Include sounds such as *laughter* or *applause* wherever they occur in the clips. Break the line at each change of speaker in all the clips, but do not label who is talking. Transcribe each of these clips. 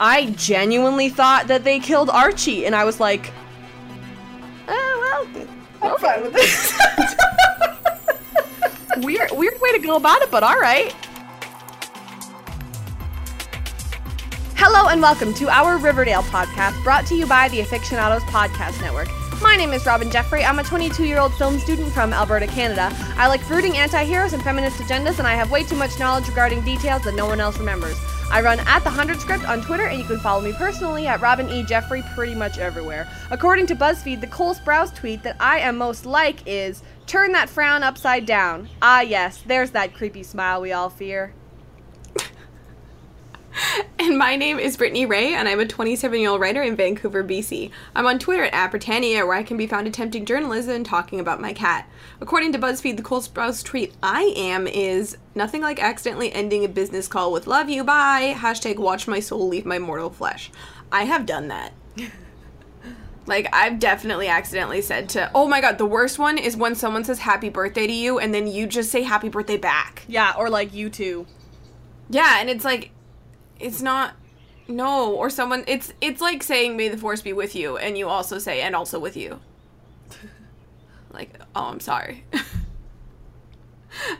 I genuinely thought that they killed Archie, and I was like, oh well,
I'm fine with this.
*laughs* weird, weird way to go about it, but all right. Hello and welcome to our Riverdale podcast, brought to you by the Aficionados Podcast Network. My name is Robin Jeffrey. I'm a 22 year old film student from Alberta, Canada. I like brooding anti heroes and feminist agendas, and I have way too much knowledge regarding details that no one else remembers. I run at the 100 script on Twitter, and you can follow me personally at Robin E. Jeffrey pretty much everywhere. According to BuzzFeed, the Cole Sprouse tweet that I am most like is Turn that frown upside down. Ah, yes, there's that creepy smile we all fear.
And my name is Brittany Ray, and I'm a 27 year old writer in Vancouver, BC. I'm on Twitter at Britannia, where I can be found attempting journalism and talking about my cat. According to BuzzFeed, the Cole Sprouse tweet I am is nothing like accidentally ending a business call with love you, bye, hashtag watch my soul leave my mortal flesh. I have done that. like, I've definitely accidentally said to, oh my god, the worst one is when someone says happy birthday to you, and then you just say happy birthday back.
Yeah, or like you too.
Yeah, and it's like it's not no, or someone it's it's like saying may the force be with you and you also say and also
*laughs*
with you. like, oh, I'm sorry. *laughs*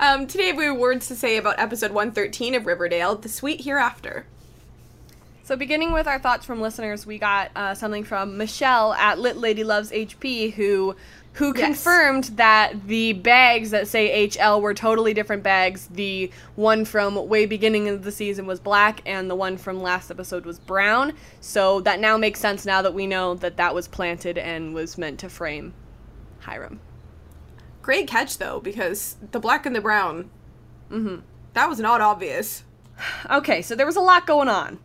um today we have words to say about episode 113 of Riverdale, The Sweet Hereafter.
So, beginning with our thoughts from listeners, we got uh, something from Michelle at Lit Lady Loves HP, who who
Yes.
confirmed that the bags that say HL were totally different bags. The one from way beginning of the season was black, and the one from last episode was brown. So that now makes sense. Now that we know that that was planted and was meant to frame Hiram.
Great catch though because the black and the brown. Mhm. That was not obvious.
Okay, so there was a lot going on.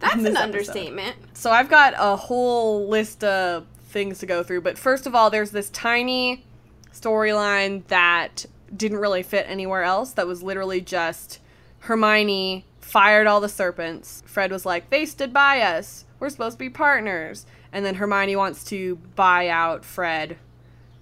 That's
In
an
this episode.
understatement.
So I've got a whole list of things to go through, but first of all, there's this tiny storyline that didn't really fit anywhere else. That was literally just Hermione fired all the serpents. Fred was like, "They stood by us. We're supposed to be partners." And then Hermione wants to buy out Fred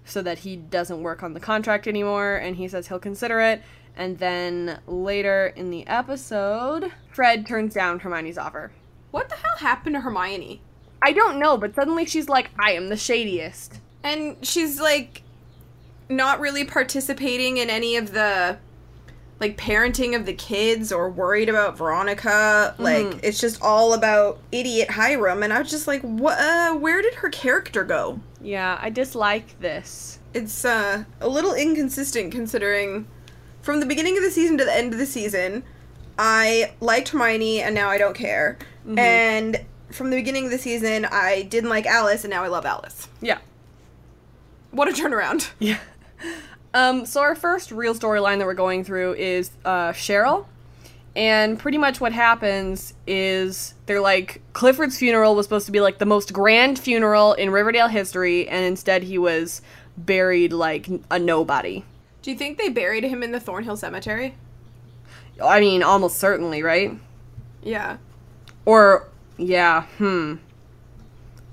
so that he doesn't work on the contract anymore and he says he'll consider it and then later in the episode fred turns down hermione's offer
What the hell happened to Hermione?
I don't know, but suddenly she's like, I am the shadiest.
and she's like not really participating in any of the like parenting of the kids or worried about Veronica.
Mhm.
Like
it's just all about idiot Hiram, and I was just like, what? Uh, where did her character go?
Yeah, I dislike this.
it's uh, a little inconsistent considering from the beginning of the season to the end of the season, I liked Hermione and now I don't care. And from the beginning of the season, I didn't like Alice and now I love Alice.
Yeah.
What a turnaround.
Yeah. Um, so our first real storyline that we're going through is uh, Cheryl. And pretty much what happens is they're like, Clifford's funeral was supposed to be like the most grand funeral in Riverdale history, and instead he was buried like a nobody.
Do you think they buried him in the Thornhill Cemetery?
I mean, almost certainly, right?
Yeah.
Or yeah, hmm.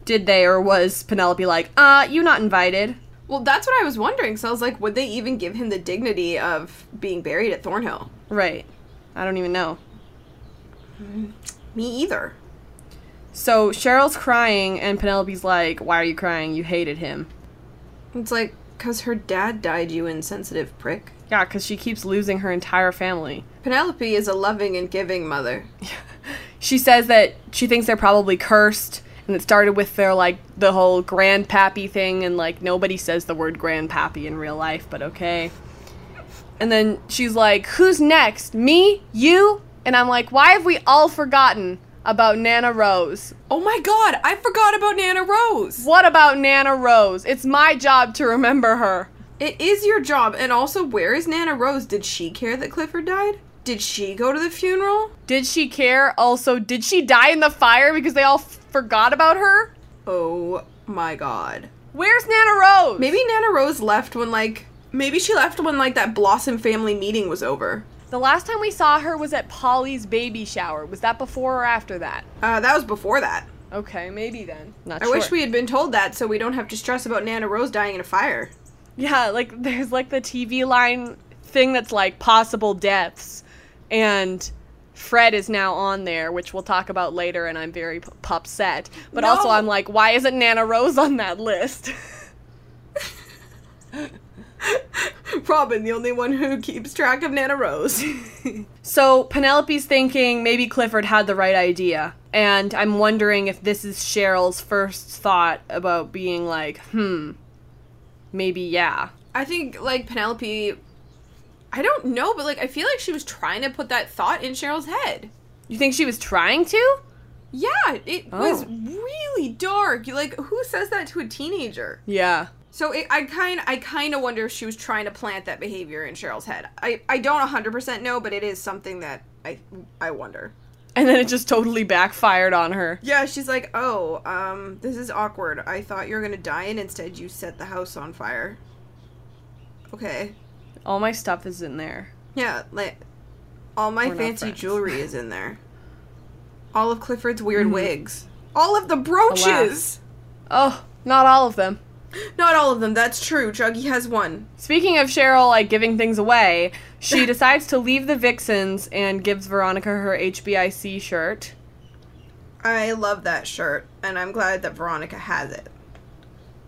Did they or was Penelope like, uh, you not invited?
Well, that's what I was wondering. So I was like, would they even give him the dignity of being buried at Thornhill?
Right. I don't even know.
Me either.
So Cheryl's crying and Penelope's like, Why are you crying? You hated him.
It's like, because her dad died, you insensitive prick.
Yeah, because she keeps losing her entire family.
Penelope is a loving and giving mother.
She says that she thinks they're probably cursed, and it started with their like the whole grandpappy thing, and like nobody says the word grandpappy in real life, but okay. And then she's like, Who's next? Me? You? And I'm like, Why have we all forgotten about Nana Rose?
Oh my god, I forgot about Nana Rose!
What about Nana Rose? It's my job to remember her.
It is your job, and also, where is Nana Rose? Did she care that Clifford died? Did she go to the funeral?
Did she care? Also, did she die in the fire because they all f- forgot about her?
Oh my god.
Where's Nana Rose?
Maybe Nana Rose left when, like, maybe she left when, like, that Blossom family meeting was over.
the last time we saw her was at Polly's baby shower. Was that before or after that?
Uh, that was before that.
Okay, maybe then. Not
I wish we had been told that so we don't have to stress about Nana Rose dying in a fire. *laughs*
Yeah, like *laughs* there's like the TV line thing that's like possible deaths, and Fred is now on there, which we'll talk about later, and I'm very p- upset. But also,
No.
I'm like, why isn't Nana Rose on that list? *laughs*
Robin, the only one who keeps track of Nana Rose.
so Penelope's thinking maybe Clifford had the right idea, and I'm wondering if this is Cheryl's first thought about being like, hmm, maybe yeah.
*laughs* I think like Penelope I don't know, but like I feel like she was trying to put that thought in Cheryl's head.
You think she was trying to?
Yeah, it was
Oh.
really dark. You- Like who says that to a teenager?
Yeah.
So it, I kind I kind of wonder if she was trying to plant that behavior in Cheryl's head. I I don't 100% know, but it is something that I I wonder.
And then it just totally backfired on her.
Yeah, she's like, "Oh, um this is awkward. I thought you were going to die and instead you set the house on fire." Okay.
All my stuff is in there.
Yeah, like all my
We're not
fancy
friends.
jewelry is in there. All of Clifford's weird wigs. All of the brooches.
Mm-hmm. Alas. Oh, not all of them.
Not all of them. That's true. Juggy has one.
Speaking of Cheryl, like giving things away, she decides to leave the Vixens and gives Veronica her HBIC shirt.
I love that shirt, and I'm glad that Veronica has it.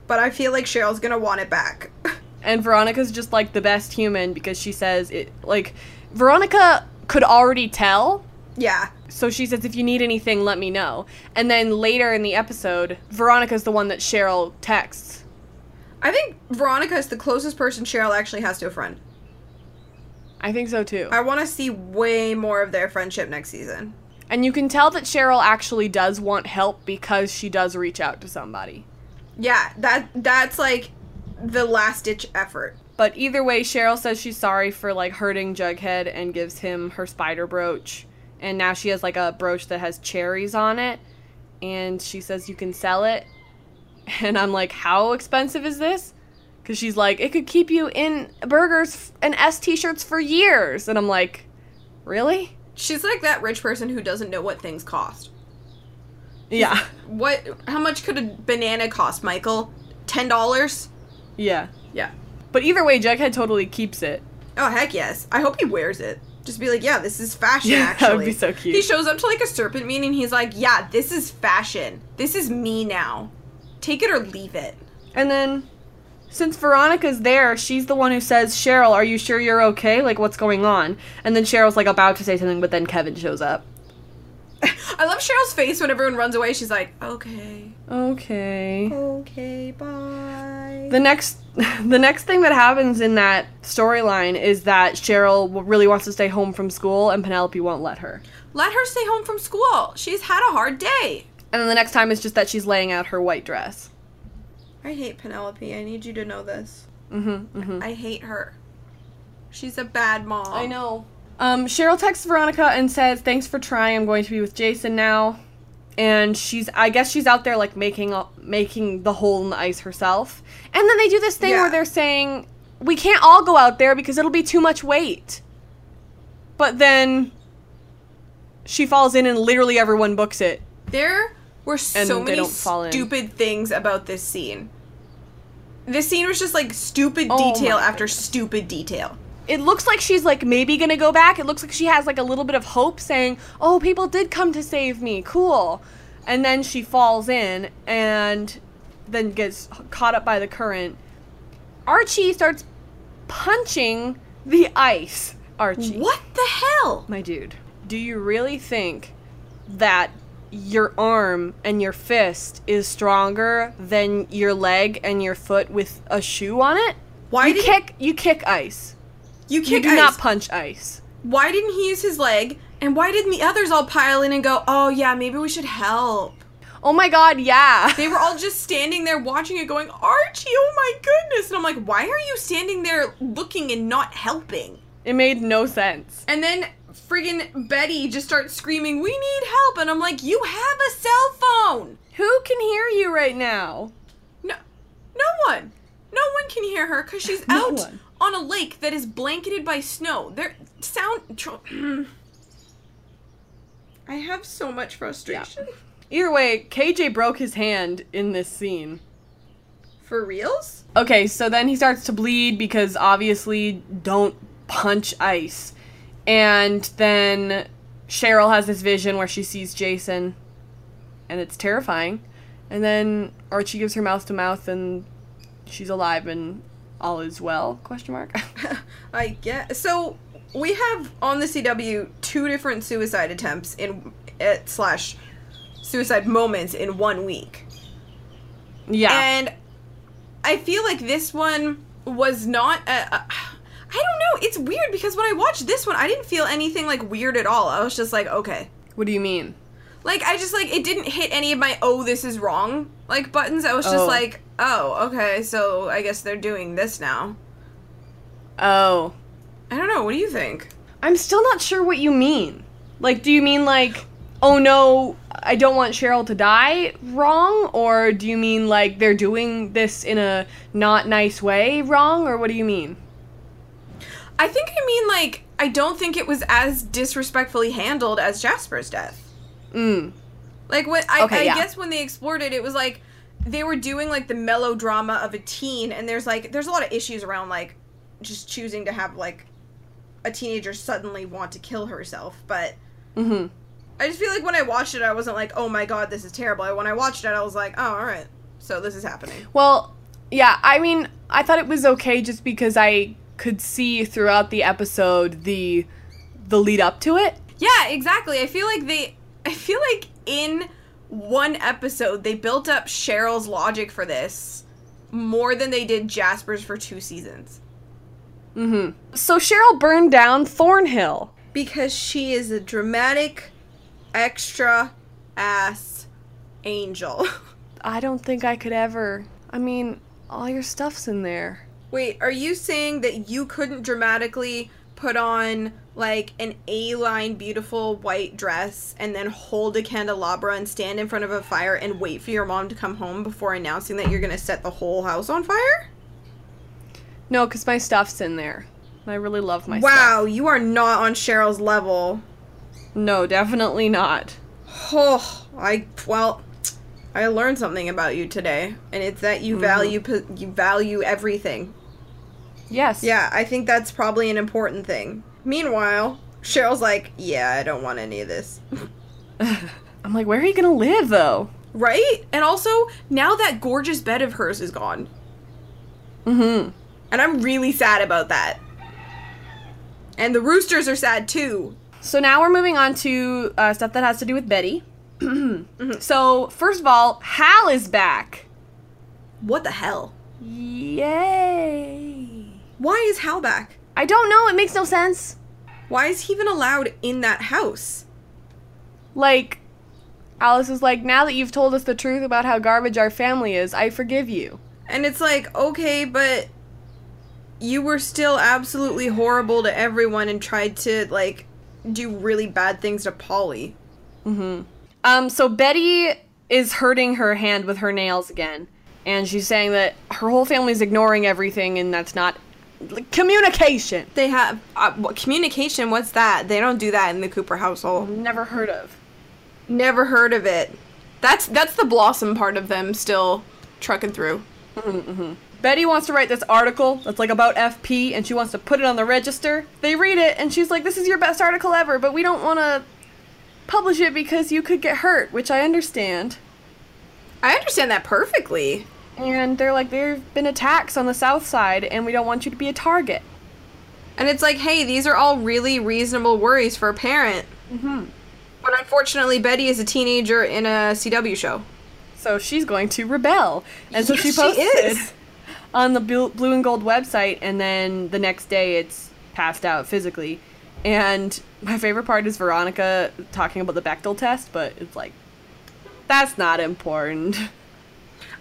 But I feel like Cheryl's gonna want it back. *laughs*
And Veronica's just like the best human because she says it like Veronica could already tell.
yeah.
So she says, if you need anything, let me know. And then later in the episode, Veronica's the one that Cheryl texts.
I think Veronica is the closest person Cheryl actually has to a friend.
I think so too.
I want to see way more of their friendship next season.
And you can tell that Cheryl actually does want help because she does reach out to somebody.
Yeah, that that's like the last ditch effort.
But either way, Cheryl says she's sorry for like hurting Jughead and gives him her spider brooch. And now she has like a brooch that has cherries on it. And she says you can sell it. *laughs* And I'm like, how expensive is this? Because she's like, it could keep you in burgers f- and S t shirts for years. And I'm like, really?
She's like that rich person who doesn't know what things cost.
Yeah.
What? How much could a banana cost, Michael? Ten dollars?
*laughs* Yeah.
Yeah.
But either way, Jughead totally keeps it.
Oh heck yes! I hope he wears it. Just be like, yeah, *laughs* this is fashion.
Yeah,
actually,
that would be so cute.
He shows up to like a serpent meeting. He's like, yeah, this is fashion. This is me now. Take it or leave *laughs* it.
And then, since Veronica's there, she's the one who says, Cheryl, are you sure you're okay? Like, what's going on? And then Cheryl's like about to say something, but then Kevin shows up.
I love Cheryl's face when everyone runs away. She's like, okay,
Okay.
okay, bye.
The next, *laughs* the next thing that happens in that storyline is that Cheryl w- really wants to stay home from school, and Penelope won't let her.
Let her stay home from school. She's had a hard day.
And then the next time is just that she's laying out her white dress.
I hate Penelope. I need you to know this.
Mm-hmm. mm-hmm.
I hate her. She's a bad mom.
I know. Um, Cheryl texts Veronica and says, "Thanks for trying. I'm going to be with Jason now." And she's, I guess she's out there like making a- making the hole in the ice herself. And then they do this thing
Yeah.
where they're saying, "We can't all go out there because it'll be too much weight." But then she falls in, and literally everyone books it.
There were
And
so
they
many
don't fall in.
stupid things about this scene. This scene was just like stupid
Oh
detail
my
after stupid detail.
it looks like she's like maybe gonna go back. It looks like she has like a little bit of hope saying, Oh, people did come to save me. Cool. And then she falls in and then gets caught up by the current. Archie starts punching the ice. Archie.
What the hell?
My dude, do you really think that your arm and your fist is stronger than your leg and your foot with a shoe on it?
Why
you
did
kick you kick ice.
you
You
kick
do
ice?
not punch ice.
why didn't he use his leg? And why didn't the others all pile in and go, "Oh yeah, maybe we should help."
Oh my god, yeah. *laughs*
They were all just standing there watching it going, "Archie, oh my goodness." And I'm like, "Why are you standing there looking and not helping?"
it made no sense.
And then friggin' Betty just starts screaming, "We need help!" And I'm like, "You have a cell phone."
Who can hear you right now?
No, no one. No one can hear her because she's
No
out
one.
on a lake that is blanketed by snow. There, sound. Tr- *clears throat* I have so much frustration.
Either way, KJ broke his hand in this scene.
For reals? *laughs*
Okay, so then he starts to bleed because obviously don't punch ice. And then Cheryl has this vision where she sees Jason, and it's terrifying. And then Archie gives her mouth to mouth, and she's alive and all is well? Question mark. *laughs*
I guess. So we have on the CW two different suicide attempts in uh, slash suicide moments in one week,
yeah.
and I feel like this one was not. A, a, I don't know. It's weird because when I watched this one, I didn't feel anything like weird at all. I was just like, okay.
what do you mean?
Like I just like it didn't hit any of my oh this is wrong like buttons. I was just
Oh.
like, oh, okay, so I guess they're doing this now.
Oh,
I don't know. What do you think?
I'm still not sure what you mean. Like, do you mean like, oh no, I don't want Cheryl to die wrong, or do you mean like they're doing this in a not nice way wrong, or what do you mean?
I think I mean like I don't think it was as disrespectfully handled as Jasper's death.
Mm.
Like when I,
Okay,
I
yeah.
guess when they explored it, it was like they were doing like the melodrama of a teen, and there's like there's a lot of issues around like just choosing to have like a teenager suddenly want to kill herself. But
Mm-hmm.
I just feel like when I watched it, I wasn't like, oh my god, this is terrible. When I watched it, I was like, oh all right, so this is happening.
Well, yeah, I mean, I thought it was okay just because I could see throughout the episode the the lead up to it.
Yeah, exactly. I feel like they *laughs* I feel like in one episode they built up Cheryl's logic for this more than they did Jasper's for two seasons.
Mm-hmm. So Cheryl burned down Thornhill.
Because she is a dramatic extra ass angel. *laughs*
I don't think I could ever. I mean, all your stuff's in there.
Wait, are you saying that you couldn't dramatically put on like an A-line beautiful white dress and then hold a candelabra and stand in front of a fire and wait for your mom to come home before announcing that you're going to set the whole house on fire?
No, because my stuff's in there. I really love my
Wow, you are not on Cheryl's level.
stuff. No, definitely not.
Oh, I well, I learned something about you today, and it's that you value po- you value everything.
Yes.
Yeah, I think that's probably an important thing. Meanwhile, Cheryl's like, "Yeah, I don't want any of this."
*laughs*
*laughs*
I'm like, where are you gonna live though?
Right? And also, now that gorgeous bed of hers is gone,
Mm-hmm.
and I'm really sad about that. And the roosters are sad too.
So now we're moving on to uh, stuff that has to do with Betty. *clears throat* Mm-hmm. so first of all, Hal is back.
What the hell?
Yay!
Why is Hal back?
I don't know. It makes no sense.
Why is he even allowed in that house?
Like, Alice is like, now that you've told us the truth about how garbage our family is, I forgive you.
And it's like, okay, but you were still absolutely horrible to everyone and tried to like do really bad things to Polly.
Um, so Betty is hurting her hand with her nails again, and she's saying that her whole family's ignoring everything, and that's not like, communication.
They have uh, what, communication. What's that? They don't do that in the Cooper household.
Never heard of.
Never heard of it.
That's that's the blossom part of them still trucking through.
Betty wants to write this article that's like about FP, and she wants to put it on the register. They read it, and she's like, "This is your best article ever," but we don't want to publish it because you could get hurt, which I understand.
I understand that perfectly.
And they're like, there have been attacks on the south side, and we don't want you to be a target.
And it's like, hey, these are all really reasonable worries for a parent. Mm-hmm. But unfortunately, Betty is a teenager in a CW show.
So she's going to rebel. And so
Yes,
she
she
posted
is.
*laughs* on the Blu- Blue and Gold website, and then the next day it's passed out physically. And my favorite part is Veronica talking about the Bechtel test, but it's like, that's not important.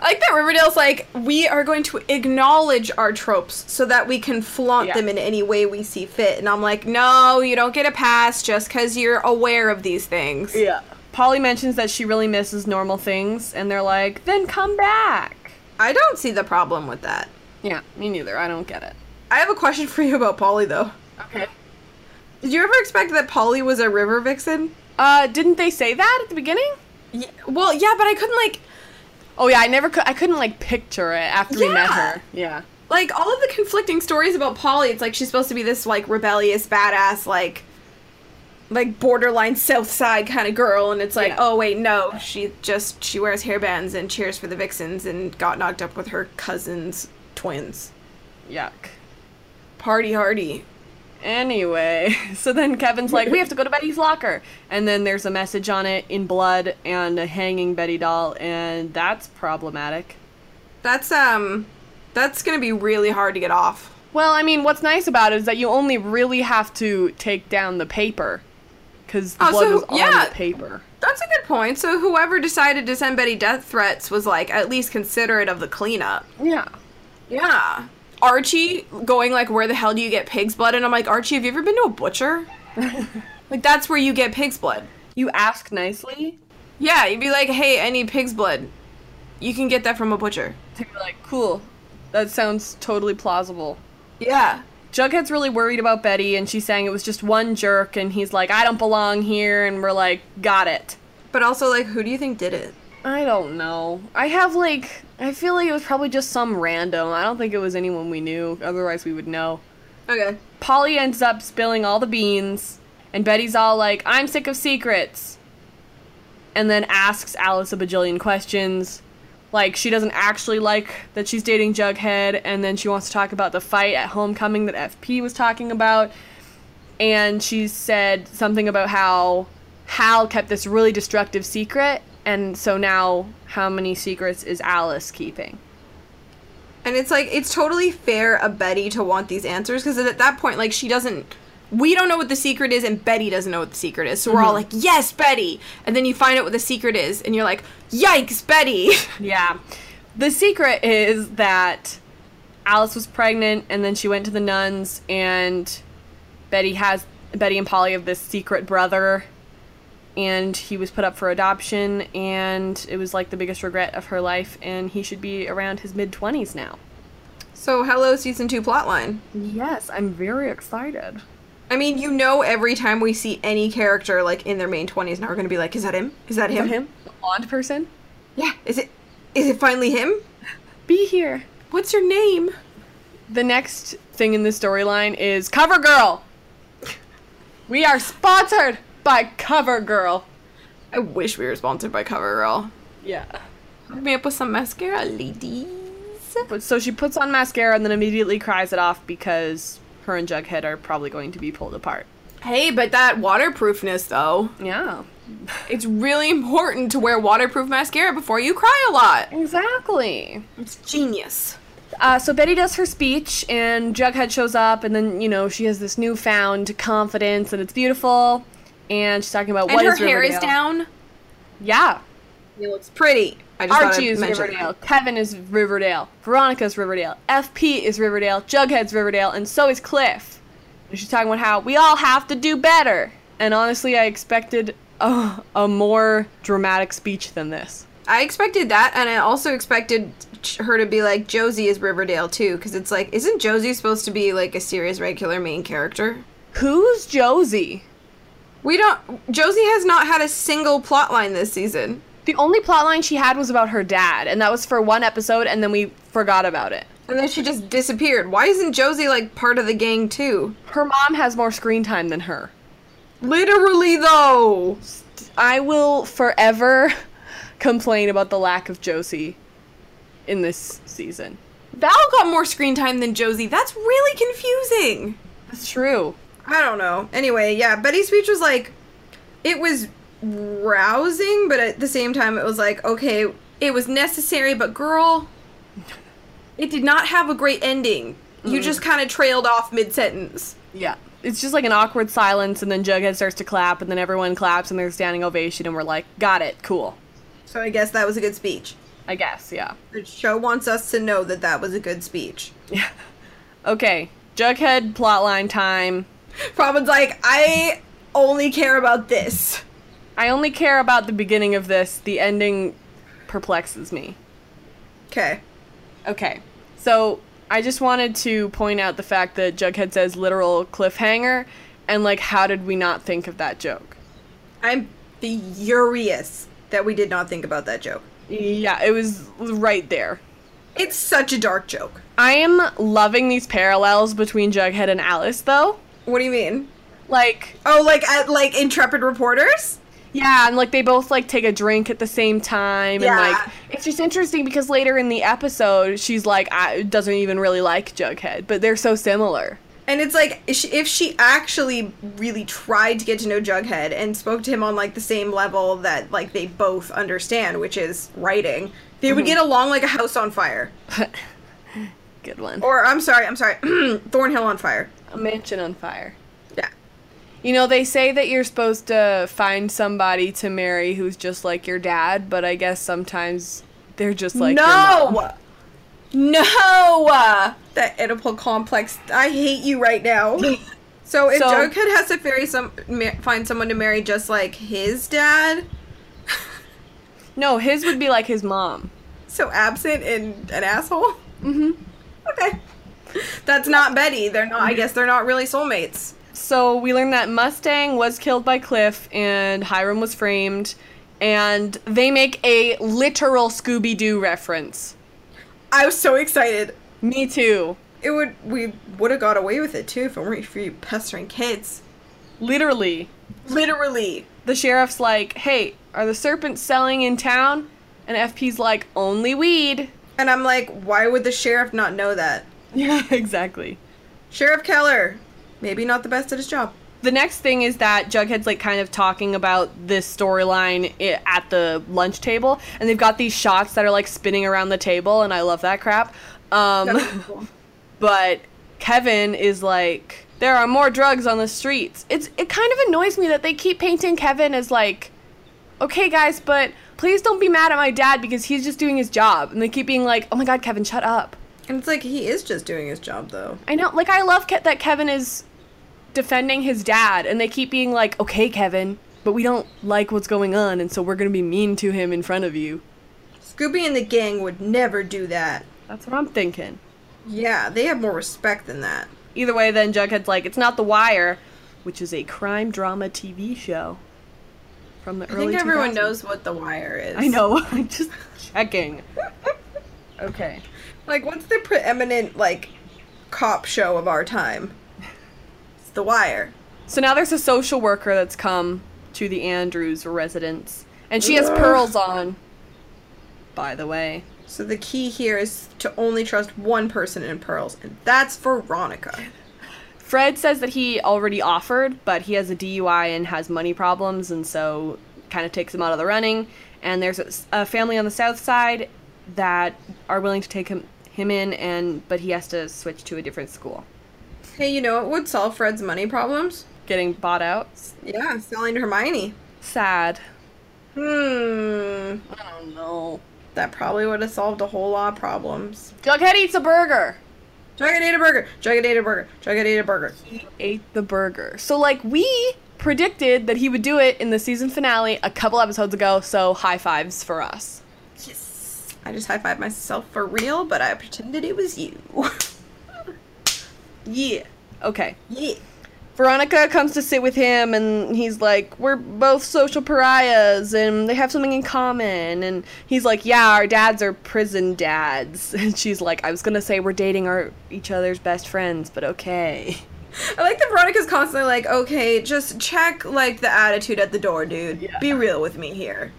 I like that Riverdale's like, we are going to acknowledge our tropes so that we can flaunt
Yeah.
them in any way we see fit. And I'm like, no, you don't get a pass just because you're aware of these things.
Yeah. Polly mentions that she really misses normal things, and they're like, then come back.
I don't see the problem with that.
Yeah, me neither. I don't get it.
I have a question for you about Polly, though.
Okay.
Did you ever expect that Polly was a river vixen?
Uh, didn't they say that at the beginning?
Y- well, yeah, but I couldn't, like,
Oh yeah, I never could. I couldn't like picture it after we met
Yeah.
her. Yeah.
like all of the conflicting stories about Polly, it's like she's supposed to be this like rebellious badass like
like borderline south side kind of girl and it's like
Yeah.
oh wait no she just she wears hairbands and cheers for the vixens and got knocked up with her cousin's twins
Yuck.
party hardy
Anyway, *laughs* so then Kevin's like, we have to go to Betty's locker. And then there's a message on it in blood and a hanging Betty doll, and that's problematic.
That's um that's gonna be really hard to get off.
Well, I mean, what's nice about it is that you only really have to take down the paper. Because the
Oh,
blood
so-
was on
yeah.
the paper.
That's a good point. So whoever decided to send Betty death threats was like at least considerate of the cleanup.
Yeah.
Yeah. Archie going like, where the hell do you get pig's blood? And I'm like, Archie, have you ever been to a *laughs* butcher? like that's where you get pig's blood.
You ask nicely.
Yeah, you'd be like, hey, I need pig's blood. You can get that from a butcher.
To be like, cool. That sounds totally plausible.
Yeah.
Jughead's really worried about Betty, and she's saying it was just one jerk, and he's like, I don't belong here, and we're like, got it.
But also like, who do you think did it?
I don't know. I have, like, I feel like it was probably just some random. I don't think it was anyone we knew, otherwise, we would know.
Okay.
Polly ends up spilling all the beans, and Betty's all like, I'm sick of secrets. And then asks Alice a bajillion questions. Like, she doesn't actually like that she's dating Jughead, and then she wants to talk about the fight at homecoming that FP was talking about. And she said something about how Hal kept this really destructive secret, and so now how many secrets is Alice keeping?
And it's like it's totally fair of Betty to want these answers because at that point, like she doesn't. We don't know what the secret is, and Betty doesn't know what the secret is. So we're all like, "Yes, Betty!" And then you find out what the secret is, and you're like, "Yikes, Betty!" *laughs*
Yeah. The secret is that Alice was pregnant and then she went to the nuns and Betty has Betty and Polly have this secret brother and he was put up for adoption and it was like the biggest regret of her life and he should be around his mid 20s now.
so hello, season two plotline.
Yes, I'm very excited.
I mean, you know, every time we see any character like in their main twenties, now we're gonna be like, "Is that him? Is that him?
Him, the blonde person,
Yeah. Is it? Is it finally him?
be here.
What's your name?"
The next thing in the storyline is CoverGirl. We are sponsored by CoverGirl.
I wish we were sponsored by CoverGirl.
Yeah.
Hook me up with some mascara, ladies.
But so she puts on mascara and then immediately cries it off because her and Jughead are probably going to be pulled apart.
Hey, but that waterproofness though.
Yeah.
It's really important to wear waterproof mascara before you cry a lot.
Exactly.
It's genius.
Uh, so Betty does her speech, and Jughead shows up, and then, you know, she has this newfound confidence, and it's beautiful. And she's talking about
And
what
her
is
hair is
Riverdale.
down.
Yeah.
It looks pretty. I just
Archie is
mention
Riverdale. Kevin is Riverdale. Veronica's Riverdale. FP is Riverdale. Jughead's Riverdale. And so is Cliff. And she's talking about how we all have to do better. And honestly, I expected a, a more dramatic speech than this.
that. I expected that, and I also expected ch- her to be like Josie is Riverdale too, because it's like, isn't Josie supposed to be like a serious regular main character?
Who's Josie?
We don't. Josie has not had a single plot line this season.
The only plotline she had was about her dad, and that was for one episode, and then we forgot about it.
And then she just disappeared. Why isn't Josie like part of the gang too?
Her mom has more screen time than her.
Literally though.
I will forever *laughs* complain about the lack of Josie in this season.
Val got more screen time than Josie. That's really confusing.
That's true.
I don't know. Anyway, yeah, Betty's speech was like, it was rousing, but at the same time, it was like, okay, it was necessary, but girl, it did not have a great ending. You just kind of trailed off mid sentence.
Yeah. It's just like an awkward silence, and then Jughead starts to clap, and then everyone claps, and there's a standing ovation, and we're like, got it, cool.
So I guess that was a good speech.
I guess, yeah.
The show wants us to know that that was a good speech.
Yeah. *laughs* Okay, Jughead plotline time.
Robin's like, I only care about this.
I only care about the beginning of this, the ending perplexes me.
Okay.
Okay, so I just wanted to point out the fact that Jughead says literal cliffhanger, and like, how did we not think of that joke?
I'm furious that we did not think about that joke.
Yeah, it was right there.
It's such a dark joke.
I am loving these parallels between Jughead and Alice, though.
What do you mean?
Like,
Oh, like at like intrepid reporters.
yeah, and like they both like take a drink at the same time,
Yeah.
and like it's just interesting because later in the episode, she's like, I doesn't even really like Jughead, but they're so similar.
And it's like if she, if she actually really tried to get to know Jughead and spoke to him on like the same level that like they both understand, which is writing, they would
Mm-hmm.
get along like a house on fire.
Good one.
Or I'm sorry, I'm sorry, *clears throat* Thornhill on fire.
a mansion on fire.
Yeah.
You know, they say that you're supposed to find somebody to marry who's just like your dad, but I guess sometimes they're just like your mom.
no,
*laughs*
no, that Oedipal complex. I hate you right now. so if
So-
Jughead has to marry some, ma- find someone to marry just like his dad,
No, his would be like his mom.
so absent and an asshole.
hmm
Okay. That's not Betty. They're not. I guess they're not really soulmates.
So we learned that Mustang was killed by Cliff and Hiram was framed, and they make a literal Scooby Doo reference.
I was so excited.
Me too.
It would. We would have got away with it too if it weren't for you pestering kids.
Literally.
Literally.
The sheriff's like, hey, are the serpents selling in town? And FP's like, only weed. *laughs*
And I'm like, why would the sheriff not know that?
Yeah, exactly.
Sheriff Keller, maybe not the best at his job.
The next thing is that Jughead's like kind of talking about this storyline i- at the lunch table, and they've got these shots that are like spinning around the table, and I love that crap. Um, but Kevin is like, there are more drugs on the streets. It's it kind of annoys me that they keep painting Kevin as like, okay guys, but please don't be mad at my dad because he's just doing his job, and they keep being like, oh my god, Kevin, shut up.
*laughs* And it's like he is just doing his job though.
I know, like I love Ke- that Kevin is defending his dad, and they keep being like, "Okay, Kevin, but we don't like what's going on, and so we're gonna be mean to him in front of you."
Scooby and the gang would never do that.
That's what I'm thinking.
Yeah, they have more respect than that.
Either way, then Jughead's like, "It's not The Wire, which is a crime drama TV show from the
I
early."
think everyone
2000s."
knows what the wire is.
I know. *laughs* I'm just checking. okay.
Like, what's the preeminent like cop show of our time? It's The Wire.
So now there's a social worker that's come to the Andrews residence, and she has pearls on. By the way.
So the key here is to only trust one person in pearls, and that's Veronica.
Fred says that he already offered, but he has a DUI and has money problems, and so kind of takes him out of the running. And there's a, s- a family on the south side that are willing to take him him in, and but he has to switch to a different school.
Hey, you know it would solve Fred's money problems.
Getting bought out,
Yeah, selling to Hermione.
sad.
Hmm.
I don't know.
That probably would have solved a whole lot of problems.
Jughead eats a burger.
Jughead ate a burger. Jughead ate a burger. Jughead ate a burger.
He ate the burger. So like we predicted that he would do it in the season finale a couple episodes ago. So high fives for us.
Yes. I just high fived myself for real, but I pretended it was you. *laughs*
Yeah. Okay.
yeah.
Veronica comes to sit with him, and he's like, We're both social pariahs, and they have something in common. And he's like, Yeah, our dads are prison dads. *laughs* And she's like, I was gonna say we're dating our each other's best friends, but okay. *laughs*
I like that Veronica's constantly like, okay, just check like the attitude at the door, dude.
Yeah.
Be real with me here.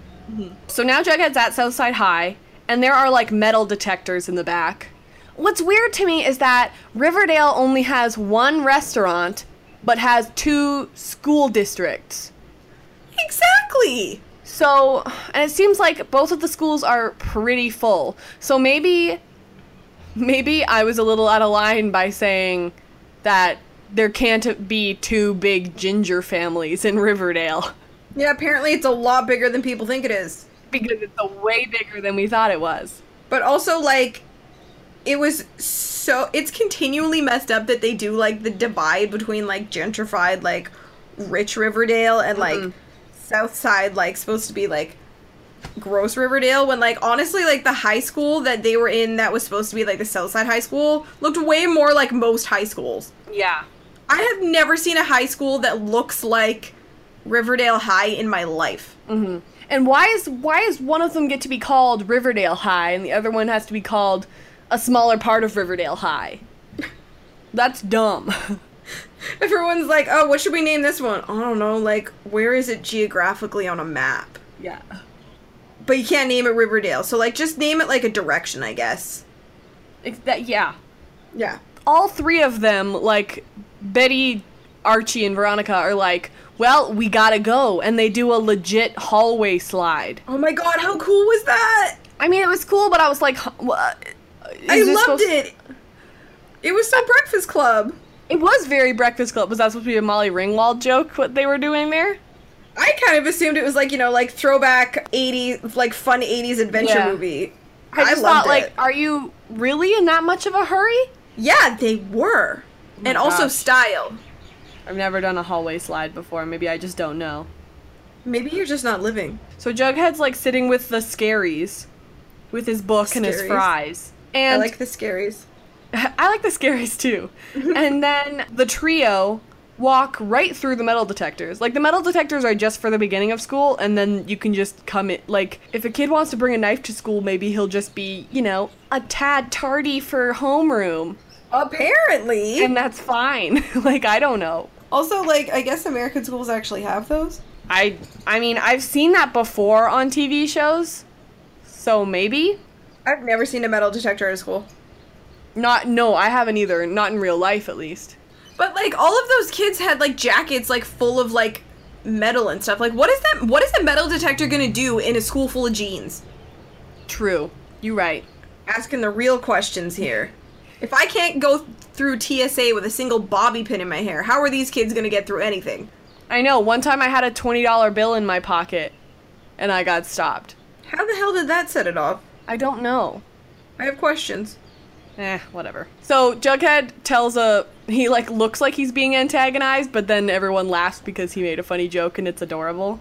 So now Jughead's at Southside High, and there are like metal detectors in the back. What's weird to me is that Riverdale only has one restaurant, but has two school districts.
Exactly.
So, and it seems like both of the schools are pretty full. So maybe, maybe I was a little out of line by saying that there can't be two big ginger families in Riverdale *laughs*
Yeah, apparently it's a lot bigger than people think it is.
because it's a way bigger than we thought it was.
But also like it was so it's continually messed up that they do like the divide between like gentrified like rich Riverdale and like South Side like supposed to be like gross Riverdale when like honestly like the high school that they were in that was supposed to be like the South Side high school looked way more like most high schools.
Yeah.
I have never seen a high school that looks like Riverdale High in my life.
hmm And why is why is one of them get to be called Riverdale High and the other one has to be *laughs* called a smaller part of Riverdale High? That's dumb. *laughs*
Everyone's like, oh, what should we name this one? I don't know. Like, where is it geographically on a map?
Yeah.
But you can't name it Riverdale. So, like, just name it like a direction, I guess.
It's that yeah.
Yeah.
All three of them, like Betty, Archie, and Veronica, are like, well, we gotta go, and they do a legit hallway slide.
Oh my god, how cool was that?
I mean, it was cool, but I was like, huh, what? Is
I
this
loved
supposed-
it. It was so Breakfast Club.
It was very Breakfast Club. Was that supposed to be a Molly Ringwald joke? What they were doing there?
I kind of assumed it was like, you know, like throwback 80s, like fun 80s adventure
Yeah.
movie.
I just
loved
thought, like,
it.
are you really in that much of a hurry?
yeah, they were.
Oh my
and also
gosh.
style.
I've never done a hallway slide before. Maybe I just don't know.
Maybe you're just not living.
So Jughead's like sitting with the scaries, with his book and his
Scaries.
fries.
I
And
like the scaries.
*laughs* I like the scaries too. and then the trio walk right through the metal detectors. Like the metal detectors are just for the beginning of school and then you can just come in like if a kid wants to bring a knife to school, maybe he'll just be, you know, a tad tardy for homeroom.
Apparently.
And that's fine. *laughs* like I don't know.
also, like, I guess American schools actually have those.
I I mean, I've seen that before on TV shows. So maybe
I've never seen a metal detector at a school.
not no, I haven't either. Not in real life at least.
But like all of those kids had like jackets like full of like metal and stuff. Like what is that what is the metal detector gonna do in a school full of jeans?
True. You right.
Asking the real questions here. If I can't go through TSA with a single bobby pin in my hair, how are these kids gonna get through anything?
I know. One time I had a $20 bill in my pocket and I got stopped.
How the hell did that set it off?
I don't know.
I have questions.
Eh, whatever. So Jughead tells a he like looks like he's being antagonized, but then everyone laughs because he made a funny joke and it's adorable.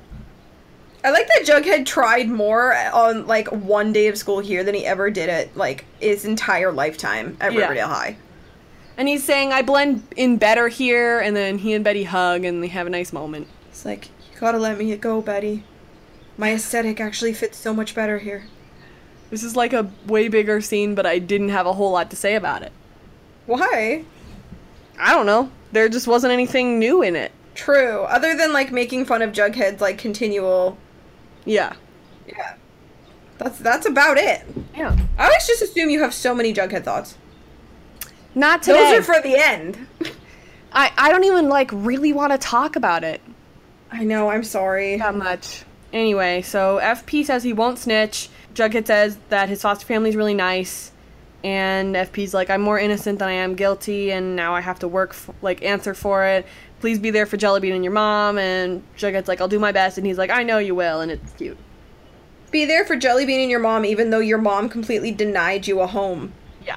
I like that Jughead tried more on like one day of school here than he ever did at like his entire lifetime at
Yeah.
Riverdale High.
And he's saying, "I blend in better here," and then he and Betty hug and they have a nice moment.
It's like, you gotta let me go, Betty. My aesthetic actually fits so much better here.
This is like a way bigger scene, but I didn't have a whole lot to say about it.
Why?
I don't know. There just wasn't anything new in it.
True. Other than like making fun of Jughead's like continual
Yeah.
Yeah. That's that's about it.
Yeah.
I always just assume you have so many Jughead thoughts.
Not today.
Those are for the end.
I I don't even like really want to talk about it.
I know, I'm sorry.
Not much. Anyway, so FP says he won't snitch. Jughead says that his foster family's really nice, and FP's like, "I'm more innocent than I am guilty, and now I have to work f- like answer for it. Please be there for Jellybean and your mom." And Jughead's like, "I'll do my best," and he's like, "I know you will," and it's cute.
Be there for Jellybean and your mom even though your mom completely denied you a home.
Yeah.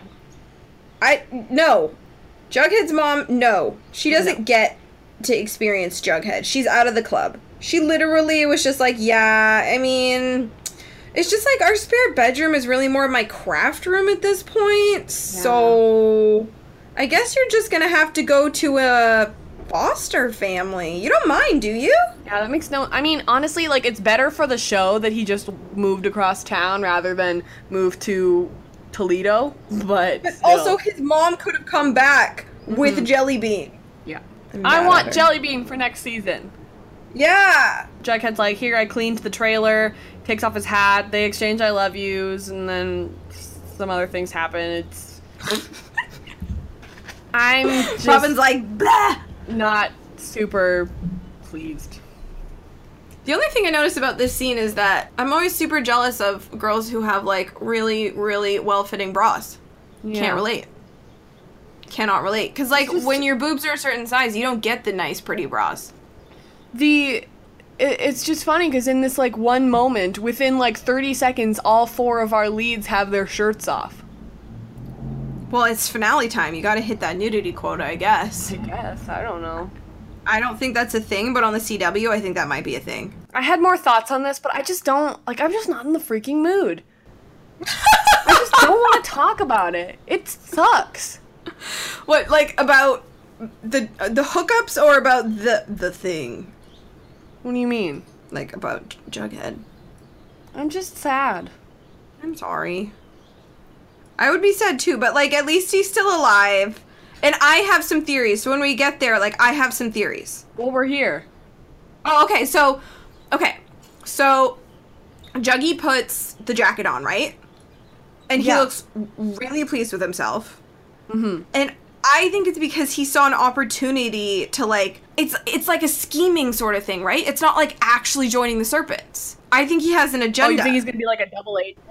I no. Jughead's mom, no. She doesn't get to experience Jughead. She's out of the club. She literally was just like, yeah, I mean, it's just like our spare bedroom is really more of my craft room at this point. So I guess you're just going to have to go to a foster family. You don't mind, do you?
Yeah, that makes no. I mean, honestly, like it's better for the show that he just moved across town rather than move to Toledo. But,
But
still.
also, his mom could have come back
Mm-hmm.
with Jellybean.
yeah,
I'm mad
I
at
want
her.
Jellybean for next season.
Yeah.
Jughead's like, here, I cleaned the trailer, takes off his hat, they exchange I love yous, and then some other things happen. It's. *laughs* I'm just
Robin's like, bah.
not super pleased.
The only thing I noticed about this scene is that I'm always super jealous of girls who have like really, really well fitting bras. Can't relate. Cannot relate. Because like
just-
when your boobs are a certain size, you don't get the nice, pretty bras.
The. it- It's just funny because in this like one moment, within like 30 seconds, all four of our leads have their shirts off.
Well, it's finale time. You gotta hit that nudity quota, I guess.
guess. I don't know.
I don't think that's a thing, but on the CW, I think that might be a thing.
I had more thoughts on this, but I just don't like. I'm just not in the freaking *laughs* mood. I just don't want to talk about it. It sucks.
What, like about the the hookups or about the the thing?
What do you mean?
Like about Jughead.
I'm just sad.
I'm sorry. I would be sad too, but like at least he's still alive. And I have some theories. So when we get there, like I have some theories.
Well, we're here.
Oh, okay. So, okay. So, Juggy puts the jacket on, right? And he
Yeah.
looks really pleased with himself.
Mhm.
And I think it's because he saw an opportunity to like it's it's like a scheming sort of thing, right? It's not like actually joining the serpents. I think he has an
Oh,
agenda.
you think he's gonna be like a double agent?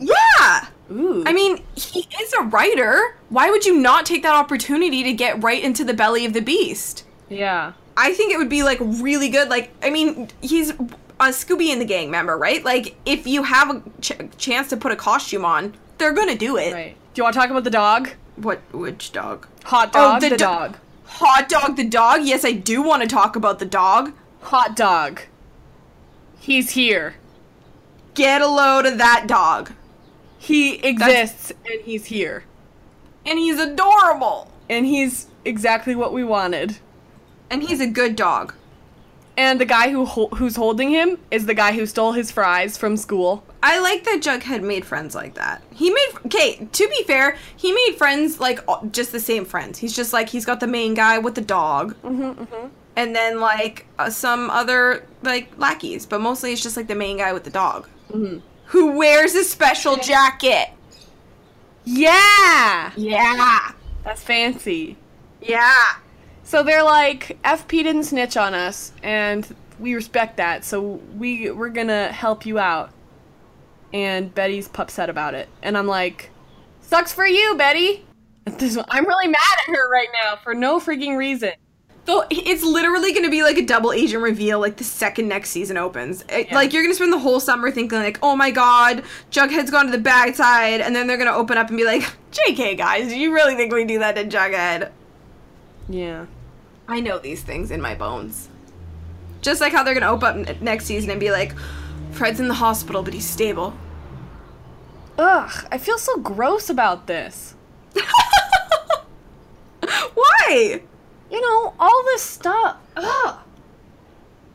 yeah.
Ooh.
I mean, he is a writer. Why would you not take that opportunity to get right into the belly of the beast?
yeah.
I think it would be like really good. Like, I mean, he's a Scooby and the Gang member, right? Like, if you have a ch- chance to put a costume on, they're gonna do it.
Right. Do you want to talk about the dog?
What? Which dog?
Hot
Oh,
dog.
the
the,
do-
dog.
Hot dog, the dog. Yes, I do want to talk about the dog.
Hot dog. He's here.
Get a load of that dog,
He exists and he's here.
and he's adorable,
And he's exactly what we wanted.
and he's a good dog.
And the guy who hol- who's holding him is the guy who stole his fries from school.
I like that Jughead made friends like that. He made okay. To be fair, he made friends like all- just the same friends. He's just like he's got the main guy with the dog, mm-hmm, and then like uh, some other like lackeys, but mostly it's just like the main guy with the dog who wears a special jacket.
Yeah.
Yeah,
That's fancy.
yeah.
So they're like, FP didn't snitch on us, and we respect that, so we we're gonna help you out. And Betty's upset about it. And I'm like, Sucks for you, Betty! *laughs* This one- I'm really mad at her right now for no freaking reason.
So it's literally going to be like a double agent reveal like the second next season opens. It-
Yeah.
Like you're going to spend the whole summer thinking like, "Oh my god, Jughead's gone to the bad side." And then they're going to open up and be like, *laughs* "JK guys, do you really think we do that to Jughead?"
Yeah.
I know these things in my bones. Just like how they're going to open up n- next season and be like, "Fred's in the hospital, but he's stable." *laughs*
Ugh, I feel so gross about this.
Why?
You know, all this stuff. Ugh.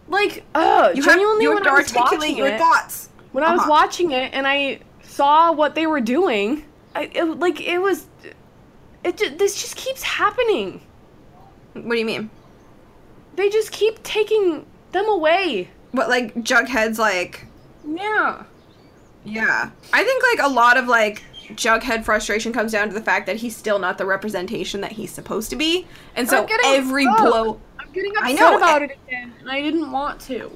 Like, ugh,
You have,
genuinely
you have
when
to
I was
articulate
watching
your
it,
thoughts.
when I was
Uh-huh.
watching it and I saw what they were doing, I it, like it was, it ju- this just keeps happening.
What do you mean?
They just keep taking them away.
What like Jughead's like
Yeah.
Yeah. I think like a lot of like Jughead frustration comes down to the fact that he's still not the representation that he's supposed to be. And so
I'm getting
every
upset.
blow
I'm getting
I
upset
know,
about
it-
it again, and I didn't want to.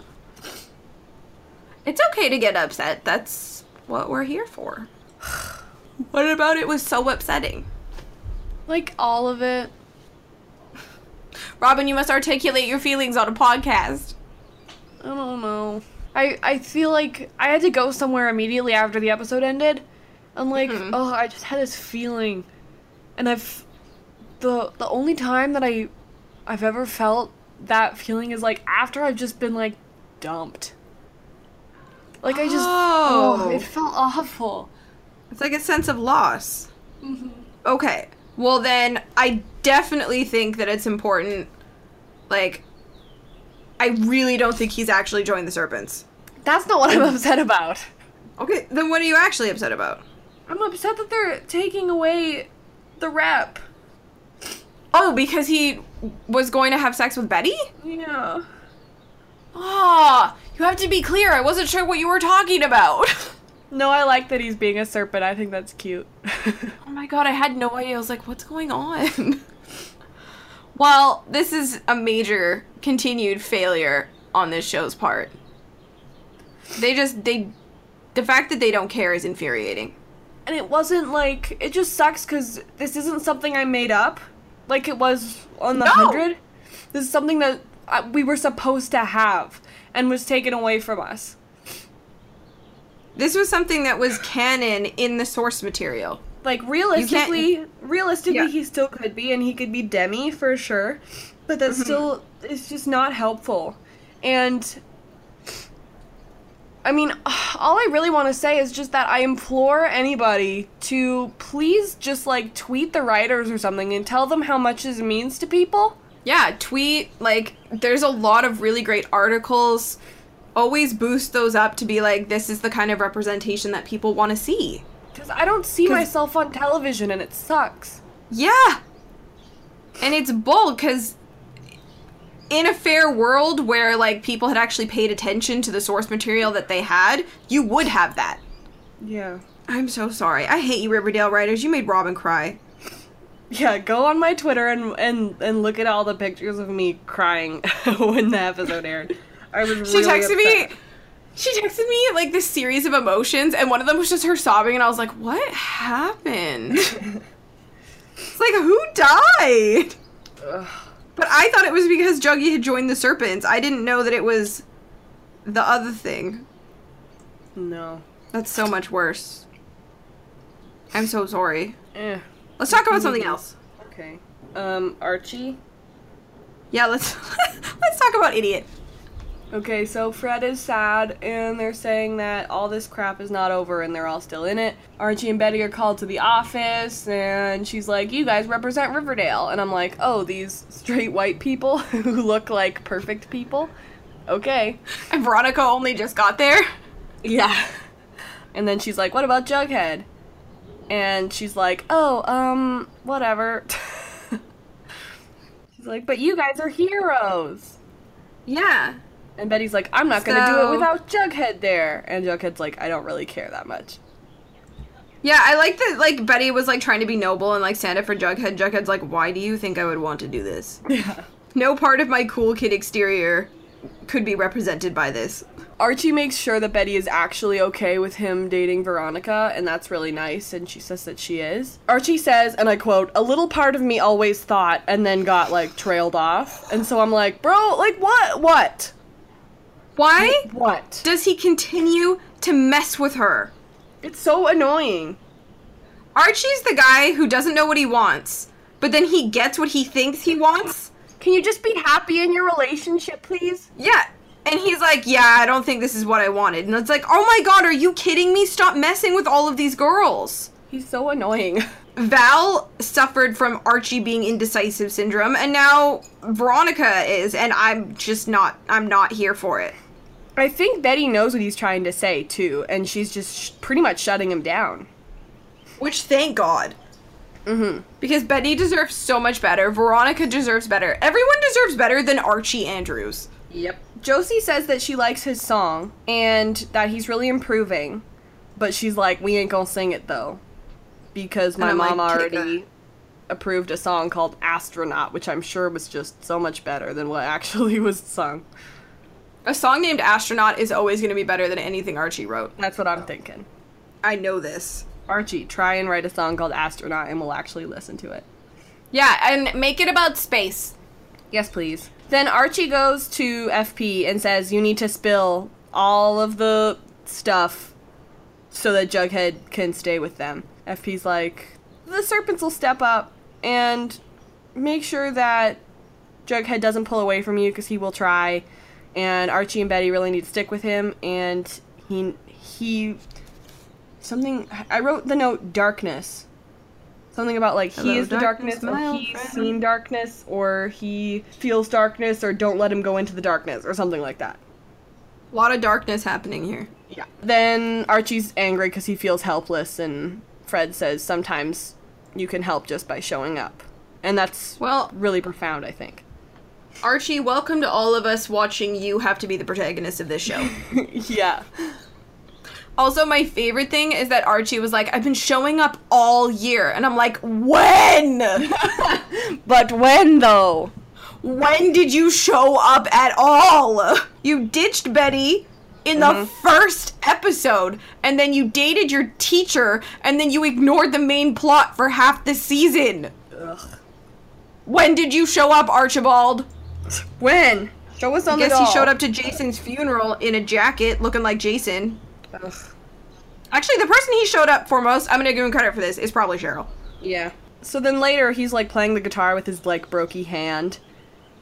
It's okay to get upset. That's what we're here for. *sighs* what about it was so upsetting?
Like all of it.
Robin, you must articulate your feelings on a podcast.
I don't know. I I feel like I had to go somewhere immediately after the episode ended. I'm like,
Mhm.
oh, I just had this feeling, and I've the the only time that I I've ever felt that feeling is like after I've just been like dumped. Like I just
Oh.
oh, it felt awful.
It's like a sense of loss.
Mm-hmm.
Okay. Well, then I definitely think that it's important. Like, I really don't think he's actually joined the Serpents.
That's not what I'm upset about.
Okay, then what are you actually upset about?
I'm upset that they're taking away the rep.
Oh, because he was going to have sex with Betty?
Yeah.
Ah, you have to be clear. I wasn't sure what you were talking about. *laughs*
No, I like that he's being a serpent. I think that's cute. *laughs*
oh my god, I had no idea. I was like, what's going on? *laughs* well, this is a major continued failure on this show's part. They just they the fact that they don't care is infuriating.
and it wasn't like it just sucks because this isn't something I made up, like it was on the
No.
hundred. This is something that uh, we were supposed to have and was taken away from us.
This was something that was canon in the source material.
Like realistically, realistically,
Yeah.
he still could be, and he could be Demi for sure, but
Mm-hmm.
that still is just not helpful. And I mean, *sighs* all I really want to say is just that I implore anybody to please just like tweet the writers or something and tell them how much this means to people.
Yeah, tweet. Like, there's a lot of really great articles. Always boost those up to be like, this is the kind of representation that people want to see.
Because I don't see
'Cause-
myself on television and it sucks.
Yeah. And it's bold because in a fair world where like people had actually paid attention to the source material that they had, you would have that.
Yeah.
I'm so sorry. I hate you, Riverdale writers. You made Robin cry.
Yeah, go on my Twitter and and and look at all the pictures of me crying *laughs* when the episode aired. I was
She
really
texted
upset.
me. She texted me like this series of emotions, and one of them was just her sobbing, and I was like, "What happened?"
*laughs*
it's like who died?
Ugh.
But I thought it was because Juggy had joined the Serpents. I didn't know that it was the other thing.
No.
That's so much worse. I'm so sorry.
Eh.
Let's talk about something else.
Okay. Um, Archie.
Yeah, let's *laughs* let's talk about idiot.
Okay, so Fred is sad, and they're saying that all this crap is not over, and they're all still in it. Archie and Betty are called to the office, and she's like, "You guys represent Riverdale," and I'm like, "Oh, these straight white people *laughs* who look like perfect people." Okay.
And Veronica only just got there.
Yeah. And then she's like, "What about Jughead?" And she's like, "Oh, um, whatever." *laughs* she's like, "But you guys are heroes."
Yeah.
And Betty's like, "I'm not going to do
So-
it without Jughead there." And Jughead's like, "I don't really care that much."
Yeah, I like that like Betty was like trying to be noble and like stand up for Jughead. Jughead's like, "Why do you think I would want to do this?
Yeah.
No part of my cool kid exterior could be represented by this."
Archie makes sure that Betty is actually okay with him dating Veronica, and that's really nice, and she says that she is. Archie says, and I quote, a little part of me always thought, and then got like trailed off. And so I'm like, bro, like what? What?
Why
What?
does he continue to mess with her?
It's so annoying.
Archie's the guy who doesn't know what he wants, but then he gets what he thinks he wants.
Can you just be happy in your relationship, please?
Yeah. And he's like, "Yeah, I don't think this is what I wanted." And it's like, "Oh my god, are you kidding me? Stop messing with all of these girls."
He's so annoying. *laughs*
Val suffered from Archie being indecisive syndrome, and now Veronica is, and I'm just not, I'm not here for it.
I think Betty knows what he's trying to say, too, and she's just sh- pretty much shutting him down.
Which, thank God.
Mm
Mm-hmm. Because Betty deserves so much better. Veronica deserves better. Everyone deserves better than Archie Andrews.
hmm. Yep. Josie says that she likes his song and that he's really improving, but she's like, we ain't gonna sing it, though, because my
I'm like,
mom
"Kick
already approved a song called Astronaut, which I'm sure was just so much better than what actually *laughs* was sung.
A song named Astronaut is always going to be better than anything Archie wrote.
That's what I'm thinking.
I know this.
Archie, try and write a song called Astronaut and we'll actually listen to it.
Yeah, and make it about space.
Yes, please. Then Archie goes to FP and says, You need to spill all of the stuff so that Jughead can stay with them. FP's like, The serpents will step up and make sure that Jughead doesn't pull away from you because he will try. And Archie and Betty really need to stick with him. And he. he something. I wrote the note darkness. Something about like
Hello,
he is the
darkness,
darkness,
my
or
old
he's
friend.
seen darkness or he feels darkness or don't let him go into the darkness or something like that.
A lot of darkness happening here.
Yeah. Then Archie's angry because he feels helpless, and Fred says sometimes you can help just by showing up. And that's
Well,
really profound, I
*laughs*
think. *laughs*
Archie, welcome to all of us watching you have to be the protagonist of this show.
yeah.
Also, my favorite thing is that Archie was like, I've been showing up all year. And I'm like, when?
But when, though?
when did you show up at all? You ditched Betty in the first episode, and then you dated your teacher, and then you ignored the main plot for half the season.
Ugh.
When did you show up, Archibald?
When? Show us on
I
the
guess he
doll.
showed up to Jason's funeral in a jacket looking like Jason.
Ugh.
Actually, the person he showed up for most, I'm gonna give him credit for this, is probably Cheryl.
Yeah. So then later he's like playing the guitar with his like brokey hand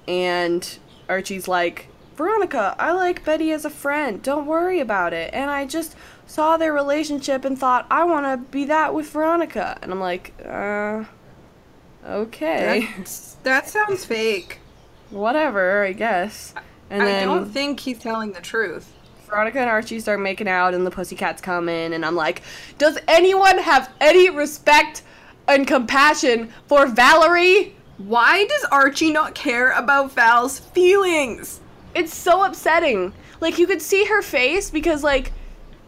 and Archie's like, "Veronica, I like Betty as a friend. Don't worry about it." And I just saw their relationship and thought, "I want to be that with Veronica." And I'm like, "Uh okay.
That's- that sounds fake.
*laughs* Whatever, I guess." And
I
then
don't think he's telling the truth.
Veronica and Archie start making out, and the pussycats come in, and I'm like, does anyone have any respect and compassion for Valerie?
Why does Archie not care about Val's feelings?
It's so upsetting. Like you could see her face because like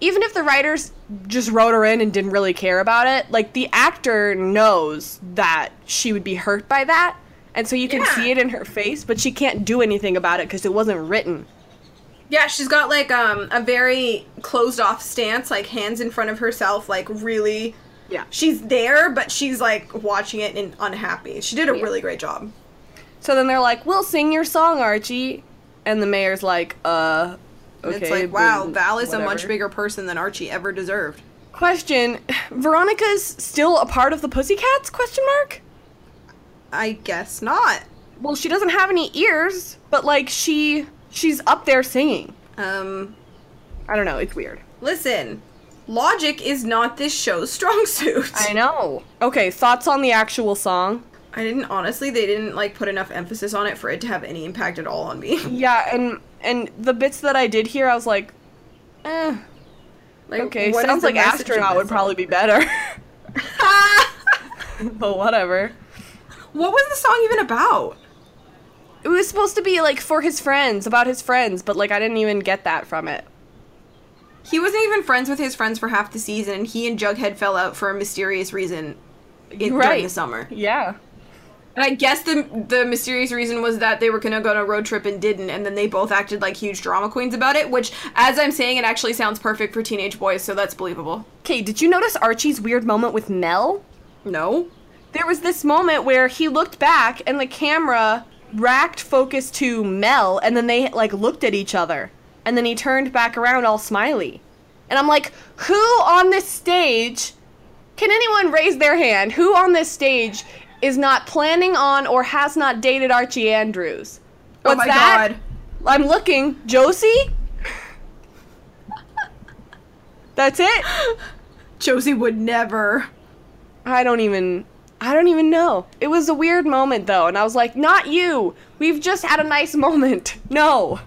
even if the writers just wrote her in and didn't really care about it, like the actor knows that she would be hurt by that. And so you can
Yeah.
see it in her face, but she can't do anything about it because it wasn't written.
Yeah, she's got like um a very closed off stance, like hands in front of herself, like really
Yeah.
she's there, but she's like watching it and unhappy. She did a really great job.
So then they're like, "We'll sing your song, Archie," and the mayor's like, "Uh, okay."
it's like, wow,
then
Val is a much
whatever."
bigger person than Archie ever deserved.
question. Veronica's still a part of the Pussycats? Question mark.
I guess not.
Well, she doesn't have any ears, but like she she's up there singing.
Um
I don't know. It's weird.
listen, logic is not this show's strong suit.
I know. Okay, thoughts on the actual song?
I didn't honestly they didn't like put enough emphasis on it for it to have any impact at all on me. *laughs*
Yeah, and and the bits that I did hear, I was like, eh.
Like
Okay,
what is
sounds
the
like
message of
astronaut would
this
probably be better, *laughs*
song?
but whatever.
*laughs* what was the song even about?
It was supposed to be like for his friends, about his friends, but like I didn't even get that from it.
He wasn't even friends with his friends for half the season, and he and Jughead fell out for a mysterious reason in, during
Right.
the summer.
Yeah.
And I guess the the mysterious reason was that they were gonna go on a road trip and didn't, and then they both acted like huge drama queens about it. Which, as I'm saying, it actually sounds perfect for teenage boys, so that's believable.
Okay, did you notice Archie's weird moment with Mel?
No,
There was this moment where he looked back and the camera racked focus to Mel and then they like looked at each other and then he turned back around all smiley. And I'm like, who on this stage can anyone raise their hand? Who on this stage is not planning on or has not dated Archie Andrews?
Oh
What's
my
that?
God.
I'm looking.
*laughs*
Josie? That's it?
Josie would never.
I don't even I don't even know. It was a weird moment though, and I was like, "Not you. We've just had a nice *laughs* moment." No.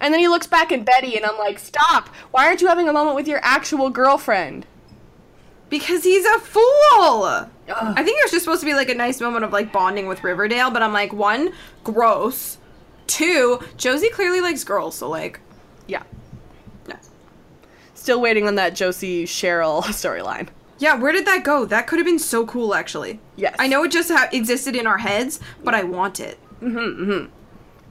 And then he looks back at Betty and I'm like, "Stop. Why aren't you having a moment with your actual girlfriend?"
Because he's a fool!
Ugh.
I think it was just supposed to be like a nice moment of like bonding with Riverdale, but I'm like, one, gross. Two, Josie clearly likes girls, so like,
Yeah.
no.
Still waiting on that Josie Cheryl *laughs* storyline.
Yeah, where did that go? That could have been so cool, actually.
Yes.
I know it just ha- existed in our heads, but I want it.
Mm-hmm.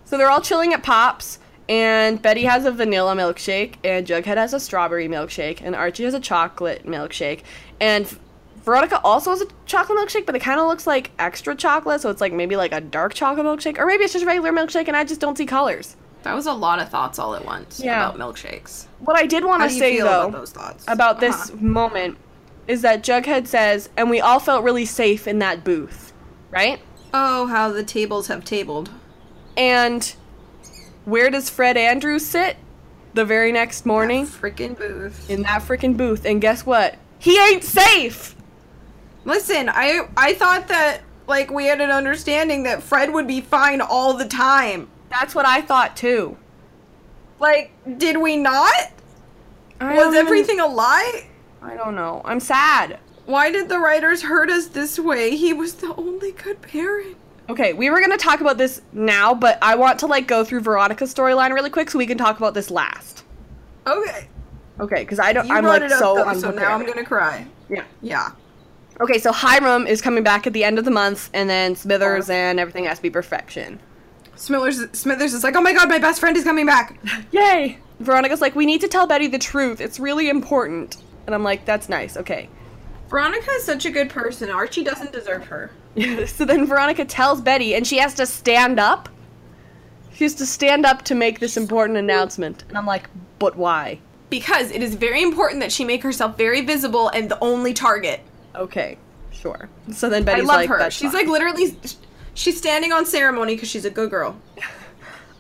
So they're all chilling at Pops, and Betty has a vanilla milkshake, and Jughead has a strawberry milkshake, and Archie has a chocolate milkshake, and Veronica also has a chocolate milkshake, but it kind of looks like extra chocolate, so it's like maybe like a dark chocolate milkshake, or maybe it's just a regular milkshake, and I just don't see colors.
That was a lot of thoughts all at once
Yeah.
about milkshakes.
What I did want
How
to
do you
say
feel
though
about those thoughts?
about this
Uh-huh.
moment is that Jughead says, and we all felt really safe in that booth, right?
Oh, how the tables have tabled.
And where does Fred Andrews sit? The very next morning.
Freaking booth.
in that freaking booth, and guess what? He ain't safe.
Listen, I I thought that like we had an understanding that Fred would be fine all the time.
That's what I thought too.
Like, did we not?
I
Was
don't even-
everything a lie?
I don't know. I'm sad.
Why did the writers hurt us this way? He was the only good parent.
Okay, we were gonna talk about this now, but I want to like go through Veronica's storyline really quick so we can talk about this last.
Okay.
Okay, because I don't.
You
I'm
brought
like
it up
so
though, so
unprepared.
now I'm gonna cry.
yeah.
Yeah.
Okay, so Hiram is coming back at the end of the month, and then Smithers and everything has to be perfection.
Smithers Smithers is like, oh my god, my best friend is coming back.
Yay! Veronica's like, we need to tell Betty the truth. It's really important. And I'm like, that's nice. Okay.
*laughs*
*laughs*
Veronica is such a good person. Archie doesn't deserve her.
so then Veronica tells Betty, and she has to stand up. She has to stand up to make this important announcement. And I'm like, but why?
Because it is very important that she make herself very visible and the only target.
Okay, sure. So then
I
Betty's
love
like,
her.
That's
She's
fine."
like literally she's standing on ceremony because she's a good girl.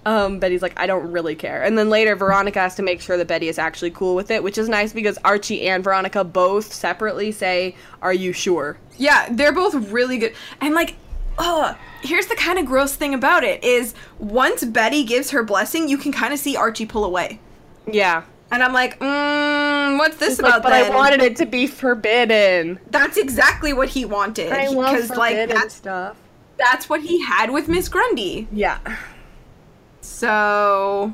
um, Betty's like, I don't really care. And then later, Veronica has to make sure that Betty is actually cool with it, which is nice because Archie and Veronica both separately say, "Are you sure?"
Yeah, they're both really good. And like, ugh, here's the kind of gross thing about it is once Betty gives her blessing, you can kind of see Archie pull away.
Yeah.
And I'm like, mm, what's this
She's like,
about?
but
then?
I wanted it to be forbidden.
That's exactly what he wanted
I love
because like
forbidden
that's
stuff.
That's what he had with Miss Grundy.
Yeah.
So,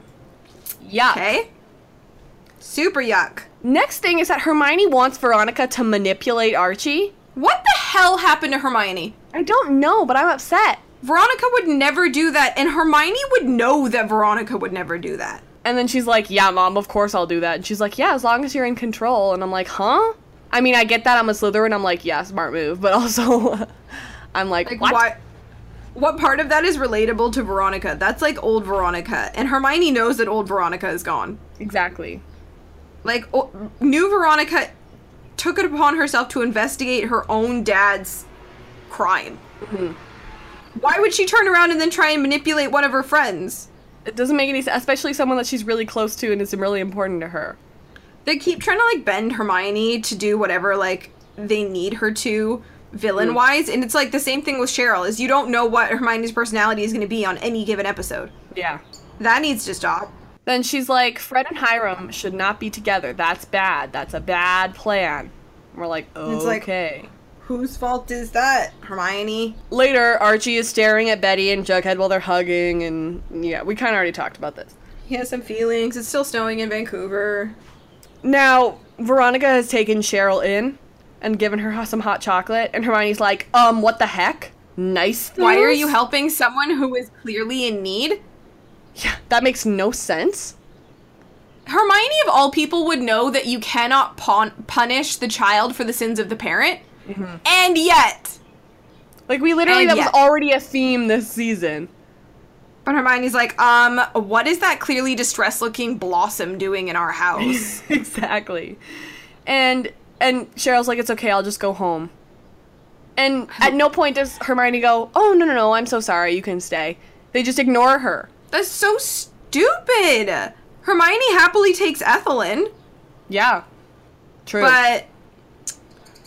Yeah.
okay. Super yuck.
Next thing is that Hermione wants Veronica to manipulate Archie.
What the hell happened to Hermione?
I don't know, but I'm upset.
Veronica would never do that, and Hermione would know that Veronica would never do that.
And then she's like, Yeah, mom, of course I'll do that. And she's like, Yeah, as long as you're in control. And I'm like, Huh? I mean, I get that I'm a Slytherin. I'm like, Yeah, smart move. *laughs* But also, I'm like,
Like,
What?
why? What part of that is relatable to Veronica? That's like old Veronica, and Hermione knows that old Veronica is gone.
Exactly.
Like, o- new Veronica took it upon herself to investigate her own dad's crime. Why would she turn around and then try and manipulate one of her friends?
It doesn't make any sense, especially someone that she's really close to and is really important to her.
They keep trying to like bend Hermione to do whatever like they need her to villain wise, and it's like the same thing with Cheryl. Is you don't know what Hermione's personality is going to be on any given episode.
Yeah.
That needs to stop.
Then she's like, Fred and Hiram should not be together. That's bad. That's a bad plan. And we're like,
it's like-
okay.
Whose fault is that, Hermione?
Later, Archie is staring at Betty and Jughead while they're hugging, and yeah, we kind of already talked about this.
He has some feelings. It's still snowing in Vancouver.
Now, Veronica has taken Cheryl in and given her some hot chocolate, and Hermione's like, um, what the heck? Nice things?
Why are you helping someone who is clearly in need?
*laughs* Yeah, that makes no sense.
Hermione, of all people, would know that you cannot pon- punish the child for the sins of the parent, and yet.
Like, we literally,
And
that was
yet-
already a theme this season.
But Hermione's like, um, what is that clearly distressed looking blossom doing in
*laughs*
our house?
exactly. And and Cheryl's like, it's okay, I'll just go home. And at no point does Hermione go, oh no no no, I'm so sorry, you can stay. They just ignore her.
That's so stupid. Hermione happily takes Ethel in,
Yeah, true.
but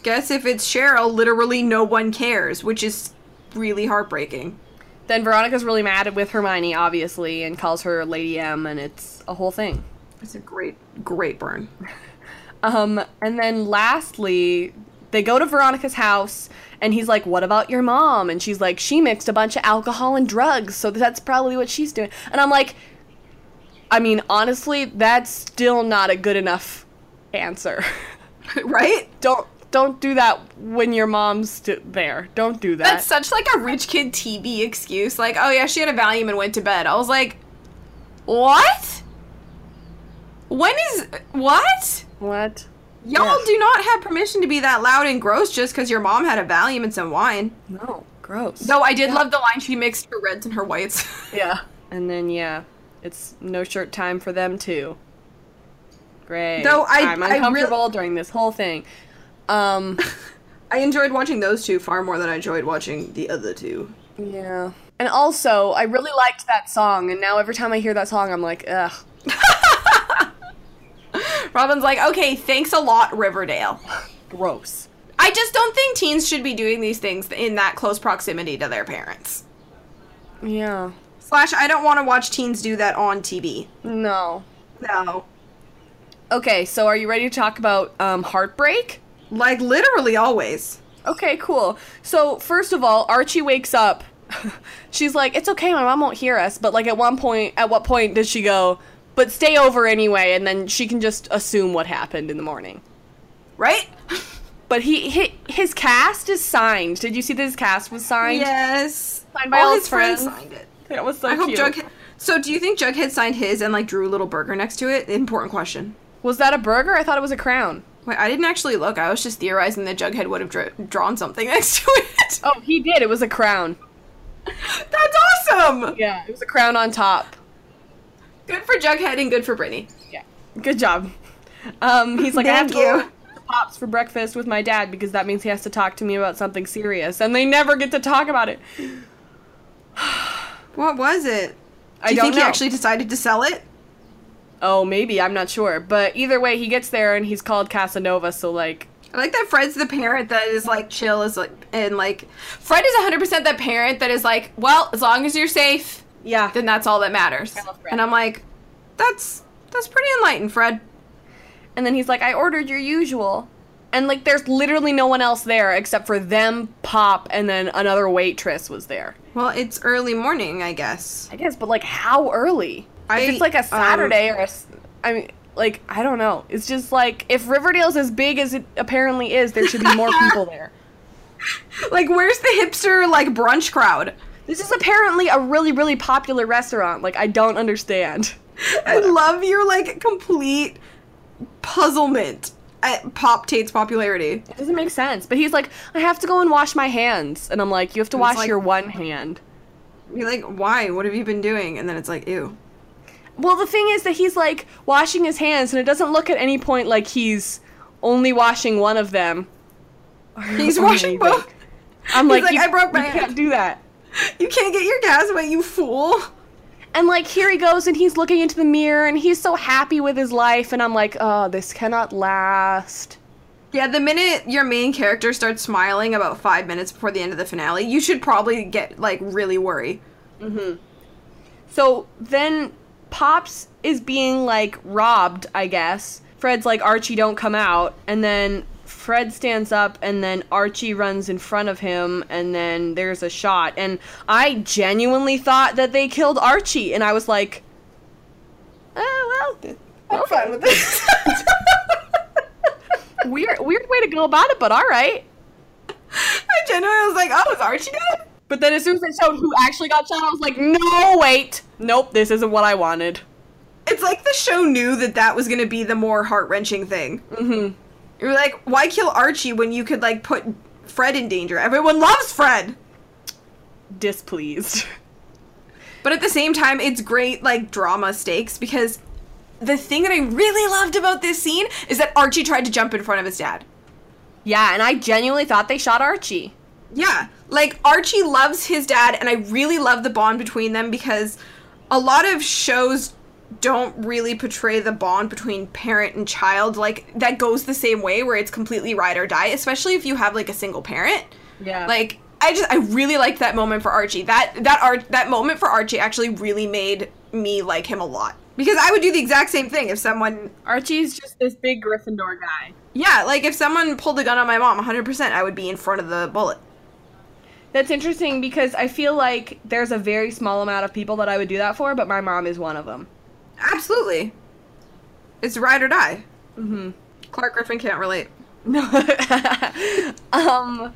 guess if it's Cheryl, literally no one cares, which is really heartbreaking.
then Veronica's really mad with Hermione, obviously, and calls her Lady M, and it's a whole thing.
It's a great, great burn. *laughs*
Um, and then lastly, they go to Veronica's house, and he's like, "What about your mom?" And she's like, "She mixed a bunch of alcohol and drugs, so that's probably what she's doing." And I'm like, I mean, honestly, that's still not a good enough answer. *laughs*
right?
don't don't do that when your mom's st- there. Don't do that.
That's such like a rich kid TV excuse. Like, oh yeah, she had a Valium and went to bed. I was like, what? When is what?
what?
Y'all
Yeah.
do not have permission to be that loud and gross just because your mom had a Valium and some wine.
No, gross.
Though I did love the line she mixed her reds and her whites. *laughs*
Yeah. And then yeah, it's no shirt time for them too. Great.
Though I-
I'm
I real-
uncomfortable during this whole thing.
*laughs*
Um.
I enjoyed watching those two far more than I enjoyed watching the other two.
Yeah. And also, I really liked that song, and now every time I hear that song, I'm like, ugh.
Robin's like, okay, thanks a lot, Riverdale.
Gross.
I just don't think teens should be doing these things in that close proximity to their parents.
Yeah.
Slash, I don't want to watch teens do that on TV.
No.
No.
Okay, so are you ready to talk about um, heartbreak?
Like, literally always.
Okay, cool. So, first of all, Archie wakes up. *laughs* She's like, "It's okay, my mom won't hear us." But like at one point, at what point does she go, "But stay over anyway," and then she can just assume what happened in the morning.
Right?
But he, hi his cast is signed. Did you see that his cast was signed?
Yes.
Signed by all his friends.
signed it.
That was so
I hope
cute.
Jughead. So, do you think Jughead signed his and, like, drew a little burger next to it? Important question.
Was that a burger? I thought it was a crown.
Wait, I didn't actually look. I was just theorizing that Jughead would have dra- drawn something *laughs* next to it.
Oh, he did. It was a crown.
That's awesome!
Yeah, it was a crown on top.
Good for Jughead and good for Brittany.
Yeah. Good job. Um, he's like, I have
Thank
to
you.
go to Pops for breakfast with my dad because that means he has to talk to me about something serious, and they never get to talk about it.
What was it?
I
do you
don't
think
know.
he actually decided to sell it?
Oh, maybe I'm not sure, but either way, he gets there and he's called Casanova. So like,
I like that Fred's the parent that is like chill is like and like Fred is 100% that parent that is like, well, as long as you're safe,
yeah,
then that's all that matters.
I love Fred.
And I'm like, that's that's pretty enlightened, Fred.
And then he's like, I ordered your usual. And like there's literally no one else there except for them, Pop, and then another waitress was there.
Well, it's early morning, I guess.
I guess, but like how early?
I-
if it's like a
um,
Saturday or a s I mean like I don't know. It's just like if Riverdale's as big as it apparently is, there should be *laughs* more people there.
Like, where's the hipster like brunch crowd?
This is apparently a really really popular restaurant. Like I don't understand.
I love your like complete puzzlement at Pop Tate's popularity.
It doesn't make sense. But he's like, I have to go and wash my hands, and I'm like, you have to wash
like-
your one hand.
You're like, why? What have you been doing? And then it's like, *laughs* ew.
Well, the thing is that he's like washing his hands, and it doesn't look at any point like he's only washing one of them.
He's
Or
washing
anything.
both.
I'm
He's
like,
like,
you,
"I broke my
you
hand."
can't do that.
You can't get your gas wet, you fool.
And like here he goes, and he's looking into the mirror, and he's so happy with his life, and I'm like, oh, this cannot last.
Yeah, the minute your main character starts smiling about five minutes before the end of the finale, you should probably get like really worry.
So then Pops is being like robbed, I guess. Fred's like, Archie, don't come out. And then Fred stands up, and then Archie runs in front of him, and then there's a shot. And I genuinely thought that they killed Archie, and I was like, oh, well. *laughs*
I'm fine with this.
Weird, weird way to go about it, but all right.
*laughs* I genuinely was like, oh, is Archie dead?
But then as soon as it showed who actually got shot, I was like, no, wait. Nope, this isn't what I wanted.
It's like the show knew that that was going to be the more heart wrenching thing. Mm-hmm. You're like, why kill Archie when you could like put Fred in danger? Everyone loves Fred.
Displeased.
But at the same time, it's great like drama stakes because the thing that I really loved about this scene is that Archie tried to jump in front of his dad.
*laughs* Yeah, and I genuinely thought they shot Archie.
Yeah, like Archie loves his dad, and I really love the bond between them because a lot of shows don't really portray the bond between parent and child like that goes the same way where it's completely ride or die, especially if you have like a single parent.
Yeah. Like
Like I just I really liked that moment for Archie. That that art that moment for Archie actually really made me like him a lot because I would do the exact same thing if someone
Archie's just this big Gryffindor guy.
yeah like if someone pulled a gun on my mom 100% I would be in front of the bullet.
That's interesting because I feel like there's a very small amount of people that I would do that for, but my mom is one of them.
Absolutely. It's ride or die. Mm-hmm. Clark Griffin can't relate.
No. *laughs* um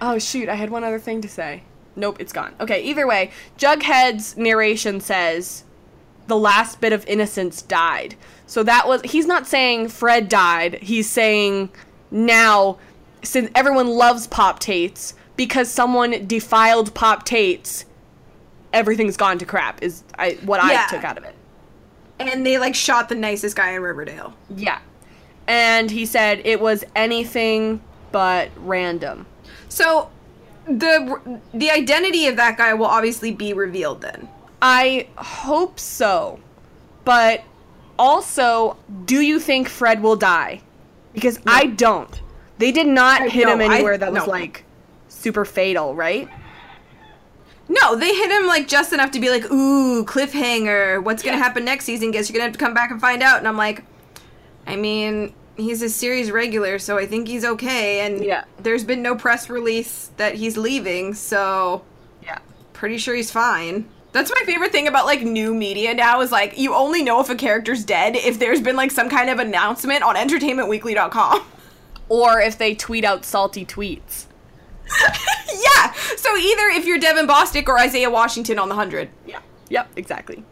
Oh shoot, I had one other thing to say. Nope, it's gone. Okay, either way, Jughead's narration says the last bit of innocence died. So that was he's not saying Fred died. He's saying now since everyone loves Pop Tates because someone defiled Pop Tates, everything's gone to crap is I what
Yeah.
I took out of it.
And they like shot the nicest guy in Riverdale.
Yeah. And he said it was anything but random.
So the the identity of that guy will obviously be revealed then.
I hope so. But also, do you think Fred will die? Because I don't. They did not hit him
no, I-
anywhere that was
no.
like super fatal, right?
No, they hit him like just enough to be like, ooh, cliffhanger. What's gonna happen next season? Guess you're gonna have to come back and find out. And I'm like, I mean, he's a series regular, so I think he's okay. And
Yeah.
there's been no press release that he's leaving, so
Yeah.
pretty sure he's fine. That's my favorite thing about like new media now is like you only know if a character's dead if there's been like some kind of announcement on entertainmentweekly.com.
Or if they tweet out salty tweets.
*laughs* yeah. So either if you're Devin Bostic or Isaiah Washington on the 100.
Yeah. Yep, exactly.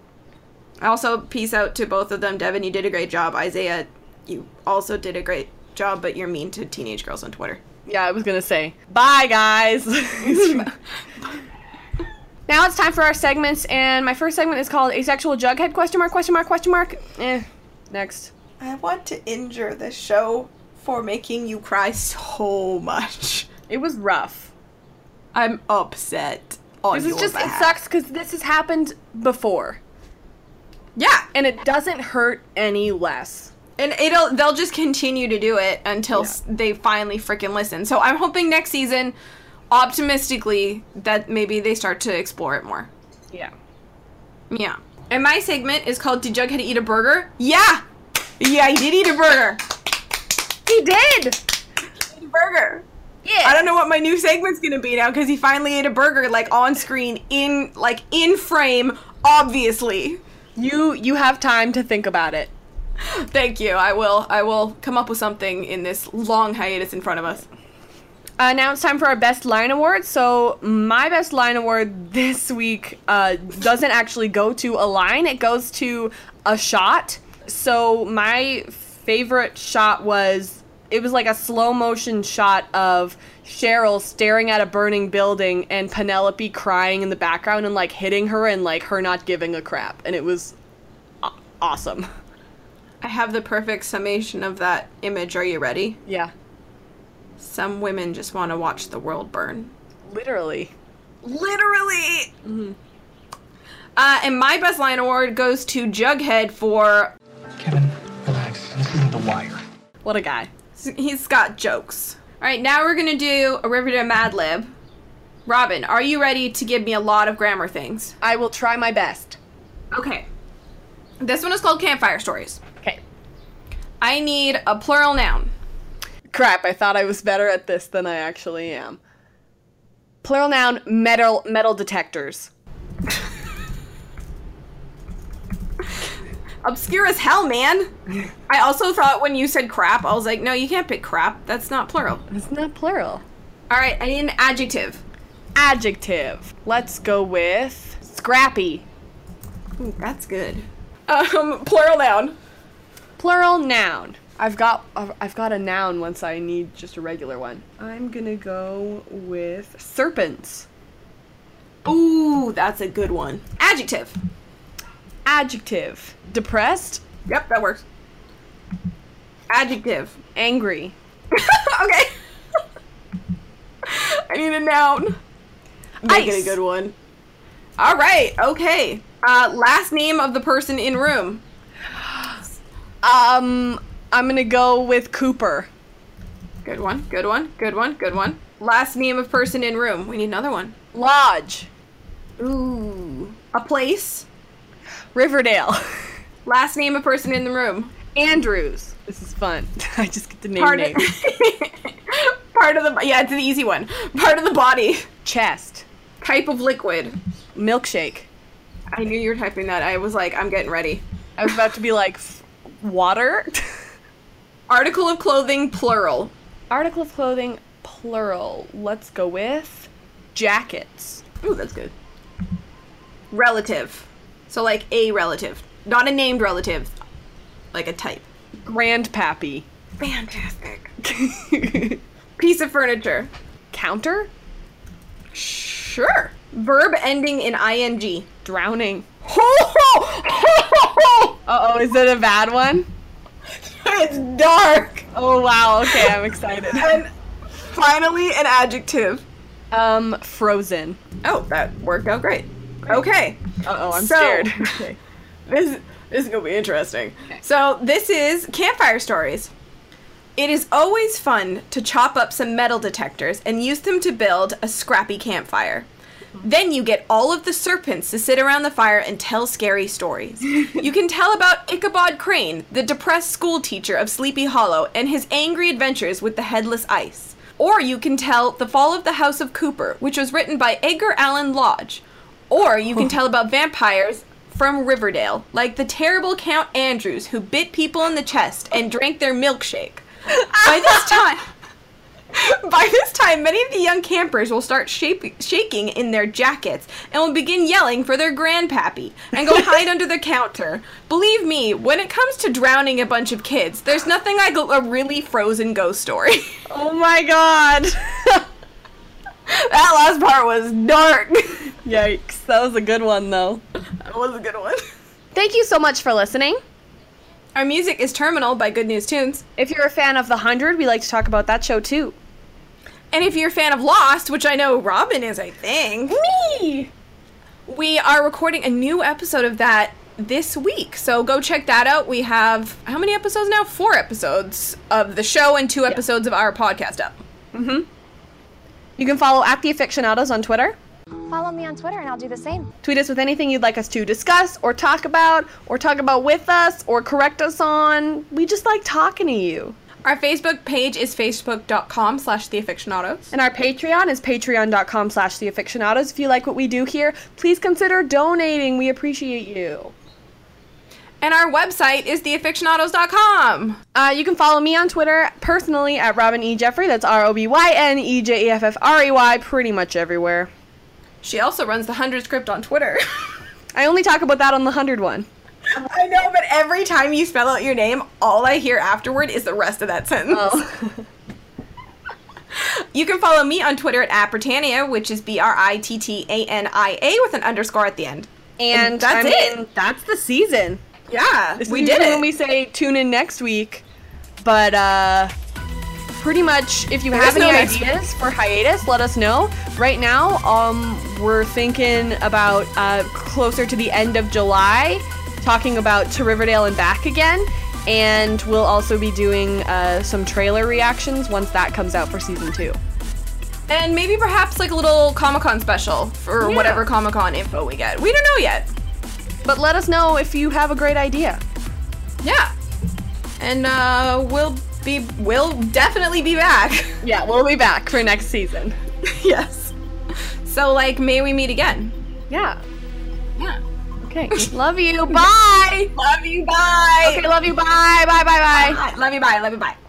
Also peace out to both of them. Devin, you did a great job. Isaiah, you also did a great job, but you're mean to teenage girls on Twitter.
Yeah, I was gonna say, bye guys. *laughs* now it's time for our segments, and my first segment is called Asexual Jughead question mark question mark question mark. Eh, next.
I want to injure this show for making you cry so much.
It was rough.
I'm upset. On
This is
your
just it
behalf.
sucks because this has happened before,
Yeah.
and it doesn't hurt any less.
And it'll they'll just continue to do it until s they finally freaking listen. So I'm hoping next season, optimistically, that maybe they start to explore it more.
Yeah.
Yeah. And my segment is called "Did Jughead eat a burger?" Yeah, yeah, he did eat a burger.
He did.
burger.
Yeah.
I don't know what my new segment's gonna be now because he finally ate a burger like on screen in like in frame, obviously.
You you have time to think about it.
Thank you. I will. I will come up with something in this long hiatus in front of us.
Uh, now it's time for our best line award. So my best line award this week uh, doesn't actually go to a line; it goes to a shot. So my favorite shot was it was like a slow motion shot of Cheryl staring at a burning building and Penelope crying in the background and like hitting her and like her not giving a crap, and it was aw- awesome.
I have the perfect summation of that image. Are you ready?
Yeah,
Some women just want to watch the world burn.
literally.
Literally. Mm-hmm. Uh, and my best line award goes to Jughead for
Kevin, relax. This isn't The Wire.
What a guy.
he's got jokes. All right, now we're gonna do a Riverdale Mad Lib. Robin, are you ready to give me a lot of grammar things?
I will try my best.
Okay. This one is called Campfire Stories.
Okay.
I need a plural noun.
Crap, I thought I was better at this than I actually am. Plural noun metal metal detectors.
Obscure as hell, *laughs* man. I also thought when you said crap, I was like, no, you can't pick crap. That's not plural.
It's not plural.
All right, I need an adjective.
Adjective. Let's go with scrappy.
Ooh, that's good. Um, plural noun.
Plural noun. I've got I've I've got a noun once I need just a regular one. I'm going to go with serpents.
Ooh, that's a good one. Adjective.
Adjective. Depressed,
Yep, that works. Adjective.
angry.
*laughs* okay. *laughs* I need a noun. Make it
Ice.
a good one. All right. Okay. Uh, last name of the person in room.
Um I'm going to go with Cooper.
Good one. Good one. Good one. Good one. Last name of person in room. We need another one.
Lodge.
Ooh. A place.
Riverdale. *laughs*
Last name of person in the room.
Andrews. This is fun. *laughs* I just get to name
Part of,
names.
*laughs* part of the yeah, it's an easy one. Part of the body.
Chest.
Type of liquid.
Milkshake.
I knew you were typing that. I was like, I'm getting ready.
I was about to be like, "F- water?
Article of clothing, plural.
Article of clothing, plural. Let's go with jackets.
Ooh, that's good. Relative. So, like, a relative. Not a named relative. Like a type.
Grandpappy.
Fantastic. *laughs* Piece of furniture.
Counter?
Sure. Verb ending in ing.
Drowning. Uh oh, is it a bad one?
*laughs* it's dark.
Oh wow, okay, I'm *laughs* excited.
And finally, an adjective.
Um, frozen.
Oh, that worked out great. Okay.
Uh oh, I'm
So-
*laughs* scared.
This this is gonna be interesting. So this is campfire stories. It is always fun to chop up some metal detectors and use them to build a scrappy campfire. Then you get all of the serpents to sit around the fire and tell scary stories. you can tell about Ichabod Crane, the depressed school teacher of Sleepy Hollow, and his angry adventures with the headless ice. Or you can tell The Fall of the House of Cooper, which was written by Edgar Allan Lodge. Or you can tell about vampires from Riverdale, like the terrible Count Andrews who bit people in the chest and drank their milkshake. By this time, by this time, many of the young campers will start shape- shaking in their jackets and will begin yelling for their grandpappy and go hide under the counter. Believe me, when it comes to drowning a bunch of kids, there's nothing like a- a really frozen ghost story. *laughs*
oh my god. *laughs*
that last part was dark. *laughs*
Yikes, that was a good one though.
that was a good one.
Thank you so much for listening.
Our music is Terminal by Good News Tunes.
If you're a fan of The Hundred, we like to talk about that show too.
And if you're a fan of Lost, which I know Robin is, I think,
Me!
we are recording a new episode of that this week. So go check that out. We have how many episodes now? Four episodes of the show and two episodes of our podcast up.
You can follow at the aficionados on Twitter.
Follow me on Twitter and I'll do the same.
Tweet us with anything you'd like us to discuss or talk about or talk about with us or correct us on. We just like talking to you.
Our Facebook page is facebook.com slash theafficionados.
And our Patreon is patreon.com slash theafficionados. If you like what we do here, please consider donating. We appreciate you.
And our website is theafficionados.com.
Uh, you can follow me on Twitter personally at Robin E. Jeffrey. That's R O B Y N E J E F F R E Y, pretty much everywhere.
She also runs the 100 script on Twitter. *laughs*
I only talk about that on the 100 *laughs* one.
I know, but every time you spell out your name, all I hear afterward is the rest of that sentence. You can follow me on Twitter at Britannia, which is B R I T T A N I A with an underscore at the end.
and
that's
I mean,
it.
That's the season.
Yeah,
This
we
is
did
usually
it.
When we say tune in next week, but uh, pretty much if you
There
have
is no
any
next
ideas for hiatus, let us know. Right now, um, we're thinking about uh, closer to the end of July, talking about to Riverdale and back again. And we'll also be doing uh, some trailer reactions once that comes out for season two.
and maybe perhaps like a little Comic Con special for
Yeah.
whatever Comic Con info we get. We don't know yet.
But let us know if you have a great idea.
Yeah. And uh, we'll be, we'll definitely be back.
Yeah, we'll be back for next season.
*laughs* yes. So, like, may we meet again.
Yeah.
Yeah.
*laughs* Okay. Love you. Bye.
Love you. Bye.
Okay, love you. Bye. Bye. Bye. Bye.
Love you. Bye. Love you. Bye.